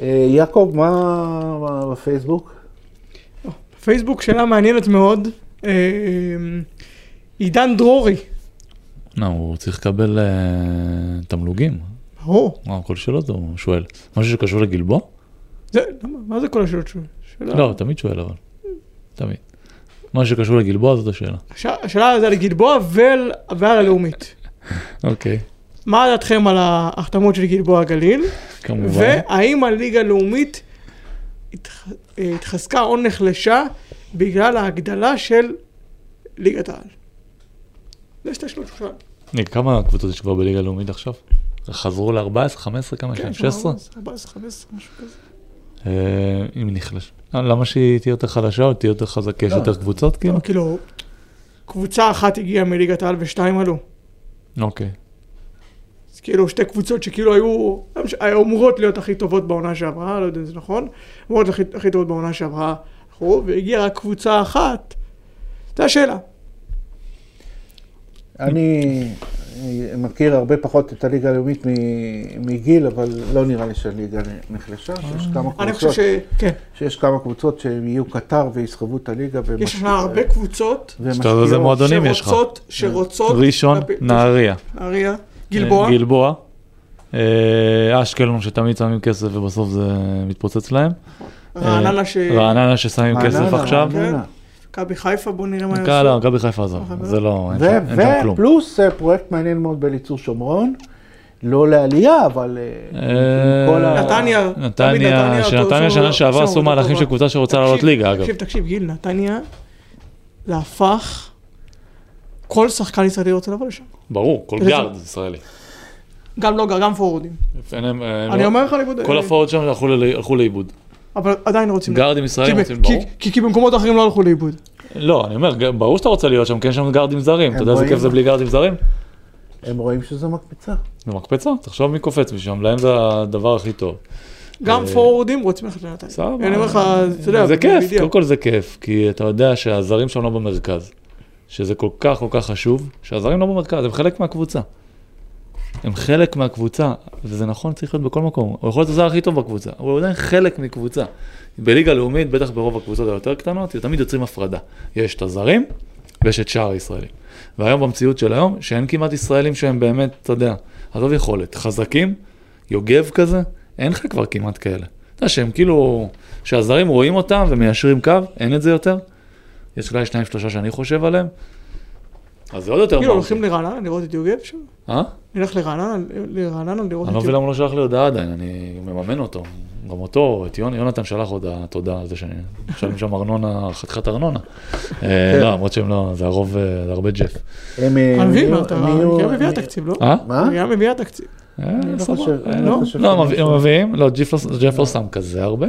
אה, יעקב, מה מה בפייסבוק? פייסבוק, שאלה מעניינת מאוד. אה, עידן דרורי, לא, הוא צריך לקבל אה, תמלוגים. או, מה, הקול שלו טוב, הוא שואל. משהו שקשור לגלבוע? זה- למה- מה זה כל השאלות שלו? שאלה- לא, הוא תמיד שואל אבל. תמיד. מה שקשור לגלבוע זאת השאלה. הש- השאלה זה על גלבוע ועל ועל הלאומית. אוקיי. מה דעתכם על ההחתמות של גלבוע הגליל? כמובן. והאם הליגה הלאומית התח- אה, התחזקה או נחלשה בגלל ההגדלה של ליגת העל? זה שתי שאלות שהוא שאל. הנה, כמה קבוצות יש כבר בליגה הלאומית עכשיו? חזרו ל-14, 15, כמה יש כן, להם? 16? 14, 15, משהו כזה. אה, אם נחלש. אה, למה שהיא תהיה יותר חלשה או תהיה יותר חזקה? יש לא. יותר קבוצות כאילו? לא, כאילו, קבוצה אחת הגיעה מליגת העל ושתיים עלו. אוקיי. אז כאילו שתי קבוצות שכאילו היו, לא משנה, היו אמורות להיות הכי טובות בעונה שעברה, לא יודע אם זה נכון, אמורות להיות הכי, הכי טובות בעונה שעברה, אנחנו לקחו, והגיעה רק קבוצה אחת, זו השאלה. אני מכיר הרבה פחות את הליגה הלאומית מ- מגיל, אבל לא נראה לי שהליגה נחלשה, שיש כמה אני חושב קבוצות, ש... כן, שיש כמה קבוצות שהם יהיו קטר ויסחבו את הליגה. ומשקיע- יש לנו הרבה קבוצות ומשקיעות. שאתה יודע, זה מועדון. אדונים יש לך. שרוצות, שרוצות... ראשון, נהריה. נהריה, אה, גלבוע. גלבוע. אה, אשקלון שתמיד שמים כסף ובסוף זה מתפוצץ להם. רעננה ש... אה, רעננה לא. ששמים רעננה, כסף עכשיו. רעננה. מכבי חיפה, בוא נראה מה קל, לא, יעשו. מכבי חיפה אה, עזוב, זה לא, אין שם- אין שם כלום. ופלוס אה, פרויקט מעניין מאוד בליצור שומרון, לא לעלייה, אבל אה, אה, עם כל ה- נתניה, תמיד נתניה, נתניה, שנתניה אותו- שנה שעברה עושים עשו עבודה מהלכים טובה. של קבוצה שרוצה לעלות תקשיב, ליגה אגב. תקשיב, תקשיב, גיל, נתניה, זה הפך, כל שחקן ישראלי רוצה לבוא לשם. ברור, כל איזה- גארד ישראלי. גם לוגר, גם פורורדים. אין להם- אה, אני לא- אומר לך ליבוד... כל הפורעות שם הלכו ל- הלכו לאיבוד. אבל עדיין רוצים... גארדים ישראלים כי- לא רוצים, כי- ברור. כי- כי במקומות אחרים לא הלכו לאיבוד. לא, אני אומר, ג- ברור שאתה רוצה להיות שם, כי אין שם גארדים זרים. אתה יודע איזה רואים. כיף זה בלי גארדים זרים? הם רואים שזו מקפצה. זה מקפצה, תחשוב מי קופץ משם, להם זה הדבר הכי טוב. גם אה, פורורדים רוצים ללכת לנתניה. סבבה. אני אומר לך, אתה יודע... זה כיף, בדיוק. קודם כל זה כיף, כי אתה יודע שהזרים שם לא במרכז. שזה כל כך כל כך חשוב, שהזרים לא במרכז, הם חלק מהקבוצה. הם חלק מהקבוצה, וזה נכון, צריך להיות בכל מקום. הוא יכול להיות הזר הכי טוב בקבוצה, אבל הוא עדיין חלק מקבוצה. בליגה לאומית, בטח ברוב הקבוצות היותר קטנות, תמיד יוצרים הפרדה. יש את הזרים, ויש את שאר הישראלים. והיום במציאות של היום, שאין כמעט ישראלים שהם באמת, אתה יודע, עזוב יכולת, חזקים, יוגב כזה, אין לך כבר כמעט כאלה. אתה יודע שהם כאילו, שהזרים רואים אותם ומיישרים קו, אין את זה יותר. יש אולי שניים שלושה שאני חושב עליהם. אז זה עוד יותר כאילו, מהותי. הולכים לרעננה לראות את יוגב שם? אה? נלך לרעננה, לרעננה לראות אני לא את מבין יוגב. למה הוא לא שלח לי הודעה עדיין, אני מממן אותו. גם אותו, את יונ- יונתן שלח הודעה, תודה על זה שאני משלם שם ארנונה, חתיכת ארנונה. כן. אה, לא, למרות שהם לא, זה הרוב, אה, זה הרבה ג'ף. הם, אה, אני מבין, נהיו- אבל אתה- נהיו- היא מביאה נהיו- תקציב, לא? אה? מה? היא מביאה תקציב. אה, לא סבבה. חושב- אה, אני לא לא חושב לא, שהם מביא- הם מביאים, לא, ג'יפ לא- ג'ף לא שם כזה הרבה,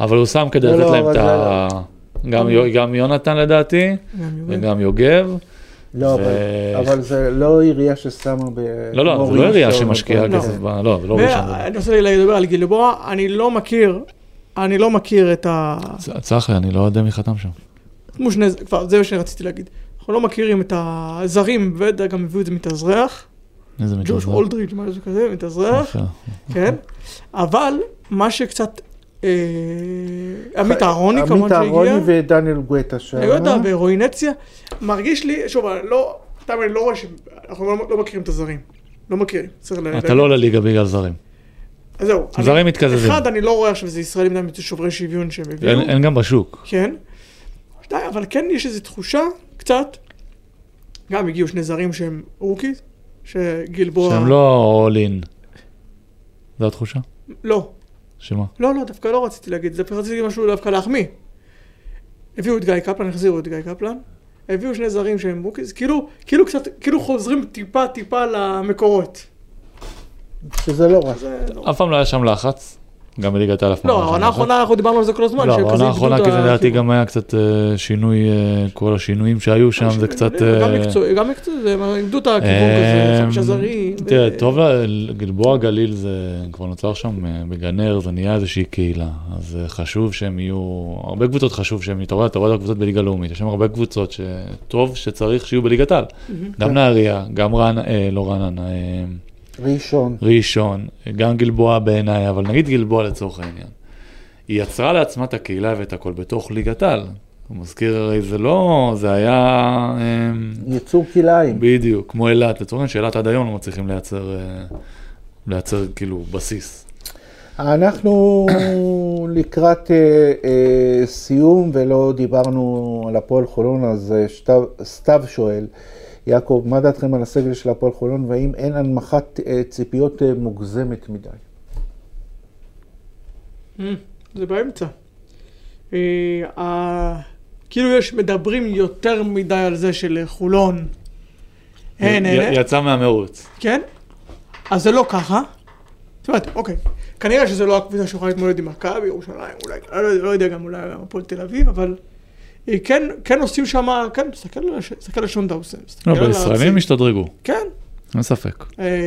אבל הוא שם כדי לא, לתת לא, להם אבל לא. את ה... גם יו- גם יונתן לדעתי, גם יוגב. וגם יוגב. לא, אבל- ו- אבל זה לא עירייה ששמה ב... לא, לא, זה מורים לא עירייה שעונות שמשקיעה בזה. כסף, ב- לא, זה לא ראשון. ואני רוצה לדבר על גלבוע, אני לא מכיר, אני לא מכיר את ה... צחי, אני לא יודע מי חתם שם. כמו שני, כבר, זה מה שרציתי להגיד. אנחנו לא מכירים את הזרים, בטח גם הביאו את זה מתאזרח, איזה ג'וש מתאזרח. אולדריץ', משהו כזה, מתאזרח, נכון. כן? אבל מה שקצת, אה, עמית אהרוני כמובן שהגיע, עמית אהרוני ודניאל גואטה שם. אני לא יודע, ברואינציה, מרגיש לי, שוב, אני לא, סתם אני לא רואה ש... אנחנו לא- לא מכירים את הזרים. לא מכירים, צריך ל... אתה לא לליגה בגלל זרים. אז זהו. אני- זרים מתקזזים. אחד, אני לא רואה עכשיו איזה ישראלים גם שוברי שוויון שהם הביאו. אין אין גם בשוק. כן. שתיים, אבל כן יש איזו תחושה, קצת, גם הגיעו שני זרים שהם רוקיז, שגלבוע... שהם לא all in. זו התחושה? לא, שמה? לא, לא, דווקא לא רציתי להגיד, דווקא רציתי משהו דווקא להחמיא. הביאו את גיא קפלן, החזירו את גיא קפלן, הביאו שני זרים שהם רוקיז, כאילו, כאילו קצת, כאילו חוזרים טיפה טיפה למקורות. שזה לא רע. זה נורא. אף פעם לא היה שם לחץ. גם בליגת האלף. לא, היה שם העונה לחץ. האחרונה, אנחנו דיברנו על זה כל הזמן, נכון, לא, שכזה העונה האחרונה, עידוד כי ה- זה לדעתי כאילו- גם היה קצת אה, שינוי, אה, כל השינויים שהיו שם, זה קצת... גם אה, מקצועי, גם מקצועי, זה עידוד הכיוון כזה, חמישה אמ, זרים. תראה, ו- טוב, ל- גלבוע גליל זה כבר נוצר שם אה, בגנר, זה נהיה איזושהי קהילה. אז אה, חשוב שהם יהיו, הרבה קבוצות חשוב שהם יתעוררו, אתה רואה את הקבוצות בליגה לאומית, יש שם הרבה קבוצות שטוב שצריך שיהיו בליגת העל. כן. גם נהריה, גם רעננה, אה, לא רעננה, אה, ראשון. ראשון, גם גלבוע בעיניי, אבל נגיד גלבוע לצורך העניין. היא יצרה לעצמה את הקהילה ואת הכל בתוך ליגת על. הוא מזכיר, הרי זה לא, זה היה... אה, יצור כלאיים. בדיוק, כמו אילת, לצורך העניין שאילת עד היום לא מצליחים לייצר, אה, לייצר כאילו בסיס. אנחנו לקראת אה, אה, סיום ולא דיברנו על הפועל חולון, אז אה, שתו- סתיו שואל, יעקב, מה דעתכם על הסגל של הפועל חולון והאם אין הנמכת אה, ציפיות אה, מוגזמת מדי? אמ, זה באמצע. אה, ה- כאילו יש, מדברים יותר מדי על זה של חולון. הן, י- הן, יצא מהמרוץ. כן? אז זה לא ככה. זאת אומרת, אוקיי, כנראה שזה לא הקבוצה שיכולה להתמודד עם מכבי, ירושלים, אולי, אני לא, לא יודע, גם אולי גם הפועל תל אביב, אבל אה, כן, כן עושים שם, כן, תסתכל על הש- תסתכל על שונדאוסן. לא, בישראלים לא, השתדרגו. כן, אין ספק. אה,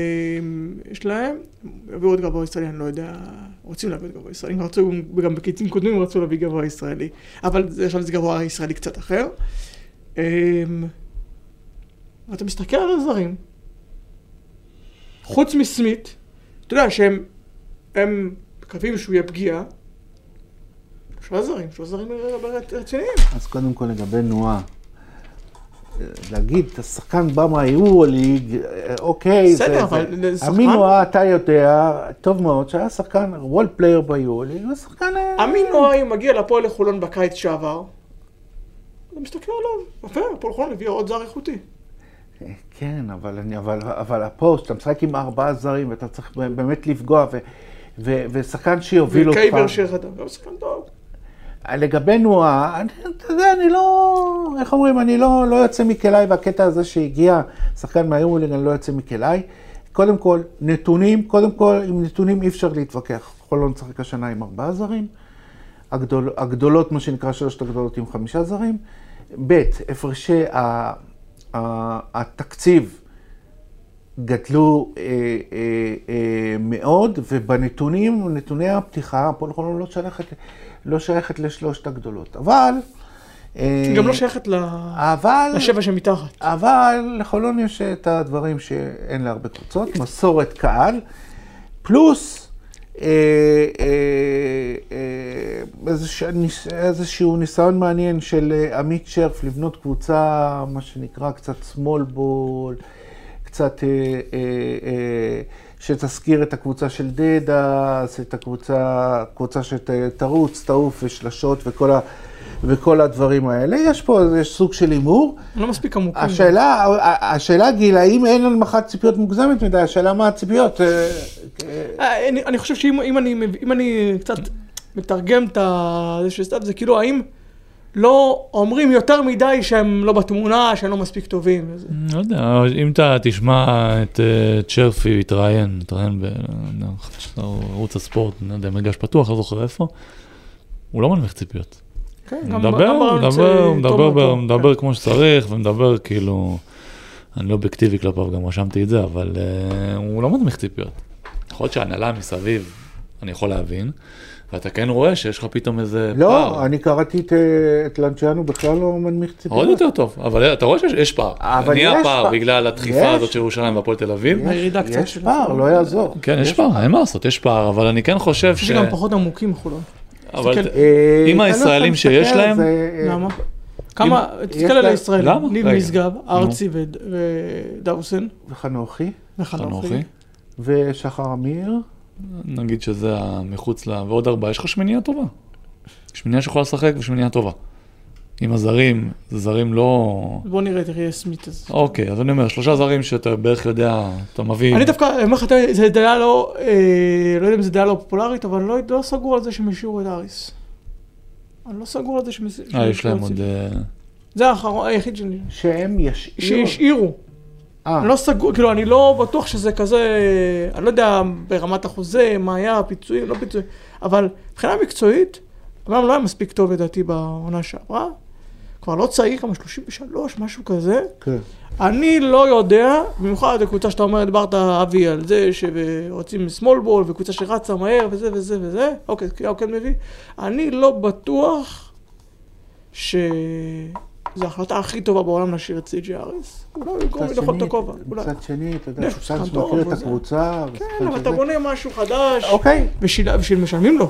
יש להם, הביאו עוד גבוה ישראלי, אני לא יודע, רוצים להביא עוד גבוה ישראלי, הם רצו, גם בקיצים קודמים רצו להביא גבוה ישראלי, אבל זה- עכשיו זה גבוה ישראלי קצת אחר. אה, אתה מסתכל על הזרים, חוץ מסמית, אתה יודע שהם הם מקווים שהוא יהיה פגיעה, שלושה זרים, שלושה זרים ר- רציניים. אז קודם כל לגבי נועה. אה, להגיד, השחקן בא מהיורוליג, אוקיי, זה- בסדר, זה- אבל זה שחקן- אמין נועה, אתה יודע, טוב מאוד, שהיה שחקן וול פלייר ביורוליג, הוא שחקן... אה, אמין נוהי מגיע לפועל לחולון בקיץ שעבר, אתה מסתכל עליו, יפה, הפועל חולון הביאה עוד זר איכותי. כן, אבל, אני, אבל, אבל הפוסט, אתה משחק עם ארבעה זרים, ואתה צריך באמת לפגוע, ו, ו, ושחקן שיוביל אותך. וקייבר שחדם, גם שחקן טוב. לגבי נועה, אני- אתה יודע, אני לא, איך אומרים, אני לא, לא יוצא מכליי, והקטע הזה שהגיע שחקן מהיורולינג, אני לא יוצא מכליי. קודם כל, נתונים, קודם כל, עם נתונים אי אפשר להתווכח. חולון משחק השנה עם ארבעה זרים, הגדול, הגדולות, מה שנקרא, שלושת הגדולות עם חמישה זרים. ב', הפרשי ה, ה, התקציב גדלו אה, אה, אה, מאוד, ובנתונים, נתוני הפתיחה, הפועל חולון לא שייכת, לא שייכת לשלושת הגדולות. אבל... אה, היא גם לא שייכת ל- אבל... לשבע שמתחת. אבל לחולון יש את הדברים שאין להרבה קבוצות, מסורת קהל, פלוס אה, אה, אה, איזוש- ניס- איזשהו ניסיון מעניין של אה, עמית שרף לבנות קבוצה, מה שנקרא, קצת small ball, קצת אה, אה, אה, שתזכיר את הקבוצה של דדס, את הקבוצה, קבוצה שתרוץ, תעוף ושלשות וכל, ה, וכל הדברים האלה. יש פה, יש סוג של הימור. לא מספיק עמוק. השאלה, ה- ה- השאלה גיל, האם אין הנמכת ציפיות מוגזמת מדי? השאלה מה הציפיות? אה, אה, אני אני חושב שאם אם אני מב- אם אני קצת מתרגם את ה- זה של סתיו, זה כאילו האם לא אומרים יותר מדי שהם לא בתמונה, שהם לא מספיק טובים. וזה. לא יודע, אם אתה תשמע את אה, צ'רפי התראיין, התראיין בערוץ הספורט, אני לא יודע, מגש פתוח, לא זוכר איפה, הוא לא מנמיך ציפיות. כן, הוא גם- מדבר, גם הוא ברעיון מדבר, הוא זה מדבר, טוב מאוד, ב- הוא כן. מדבר כמו שצריך, ומדבר כאילו, אני לא אובייקטיבי כלפיו, גם רשמתי את זה, אבל אה, הוא לא מנמיך ציפיות. יכול להיות שההנהלה מסביב, אני יכול להבין, ואתה כן רואה שיש לך פתאום איזה לא, פער. אני קראתי את, אה, את לנצ'יאנו, בכלל לא מנמיך עוד ציפיות. יותר טוב, אבל אתה רואה שיש יש פער. אבל נהיה יש פער פער. בגלל הדחיפה יש. הזאת של ירושלים והפועל תל אביב. יש- הירידה קצת יש של פער, הפועל. לא יעזור. כן, יש פער, אין מה לעשות, יש פער, אבל אני כן חושב יש ש... לי גם פחות עמוקים מחולון. אבל תסתכל. ת- אה, עם אתה לא הישראלים יכול שיש להסתכל על להם- זה, אה, למה? כמה, תסתכל יש על לה- הישראלים, למה? ניב רגע. משגב, נו. ארצי וד- ודאוסן, וחנוכי, וחנוכי. חנוכי. ושחר אמיר, נגיד שזה מחוץ ל... ועוד ארבעה, יש לך שמיניה טובה. שמיניה שיכולה לשחק ושמיניה טובה. עם הזרים, זה זרים לא... בוא נראה את אריה סמית הזה. אוקיי, אז אני אומר, שלושה זרים שאתה בערך יודע, אתה מביא... אני דווקא, אני אומר לך, אתה- זה דעה לא, אה, לא יודע אם זו דעה לא פופולרית, אבל לא- לא סגור על זה שהם השאירו את אריס. אני לא סגור על זה שהם... שהם אה, יש השאירו להם את עוד... זה. אה, זה האחרון, היחיד שלי. שהם ישאירו. שהשאירו. אה, אני לא סגור, כאילו, אני לא בטוח שזה כזה, אני לא יודע ברמת החוזה, מה היה, פיצויים, לא פיצויים, אבל מבחינה מקצועית, אמנם לא היה מספיק טוב לדעתי בעונה שעברה, כבר לא צעיר, כמה 33, משהו כזה. כן. אני לא יודע, במיוחד הקבוצה שאתה אומר, דיברת אבי על זה שרוצים small ball וקבוצה שרצה מהר וזה וזה וזה, אוקיי, קריאו כן מביא, אני לא בטוח שזו ההחלטה הכי טובה בעולם להשאיר את סי.ג'י אריס. אולי במקום מצד לאכול את שני, הכובע, אולי. מצד שני, אתה יודע, יש שחקן שחקן טוב, שמכיר אבל את זה- הקבוצה. ושחקן כן, אבל אתה שזה- בונה משהו חדש, אוקיי. בשביל בשביל משלמים לו.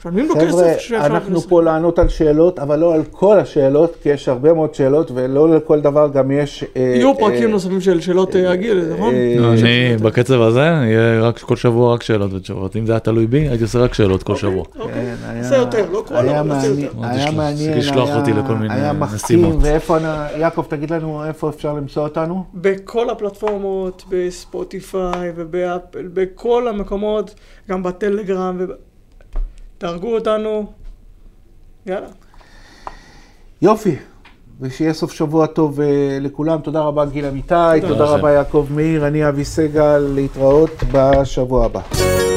משלמים לו חבר'ה, כסף. שאפשר אנחנו לעשות. פה לענות על שאלות, אבל לא על כל השאלות, כי יש הרבה מאוד שאלות, ולא לכל דבר גם יש... אה, יהיו פרקים אה, נוספים של שאלות אה, אה, הגיל, נכון? אה, לא, אני, בקצב הזה, יהיה רק כל שבוע רק שאלות ותשובות. אם זה היה תלוי בי, הייתי עושה רק שאלות כל שבוע. אוקיי. כן, היה- עושה יותר, לא כל, אבל היה עושה מעניין- יותר. אל היה תשלח- מעניין, תשלח אותי לכל מיני היה משימות. מחכים, ואיפה, אנ- יעקב, תגיד לנו איפה אפשר למצוא אותנו? בכל הפלטפורמות, בספוטיפיי ובאפל, בכל המקומות, גם בטלגרם, וב... תהרגו אותנו, יאללה. יופי, ושיהיה סוף שבוע טוב אה, לכולם. תודה רבה, גיל אמיתי, תודה לכם. רבה, יעקב מאיר, אני אבי סגל, להתראות בשבוע הבא.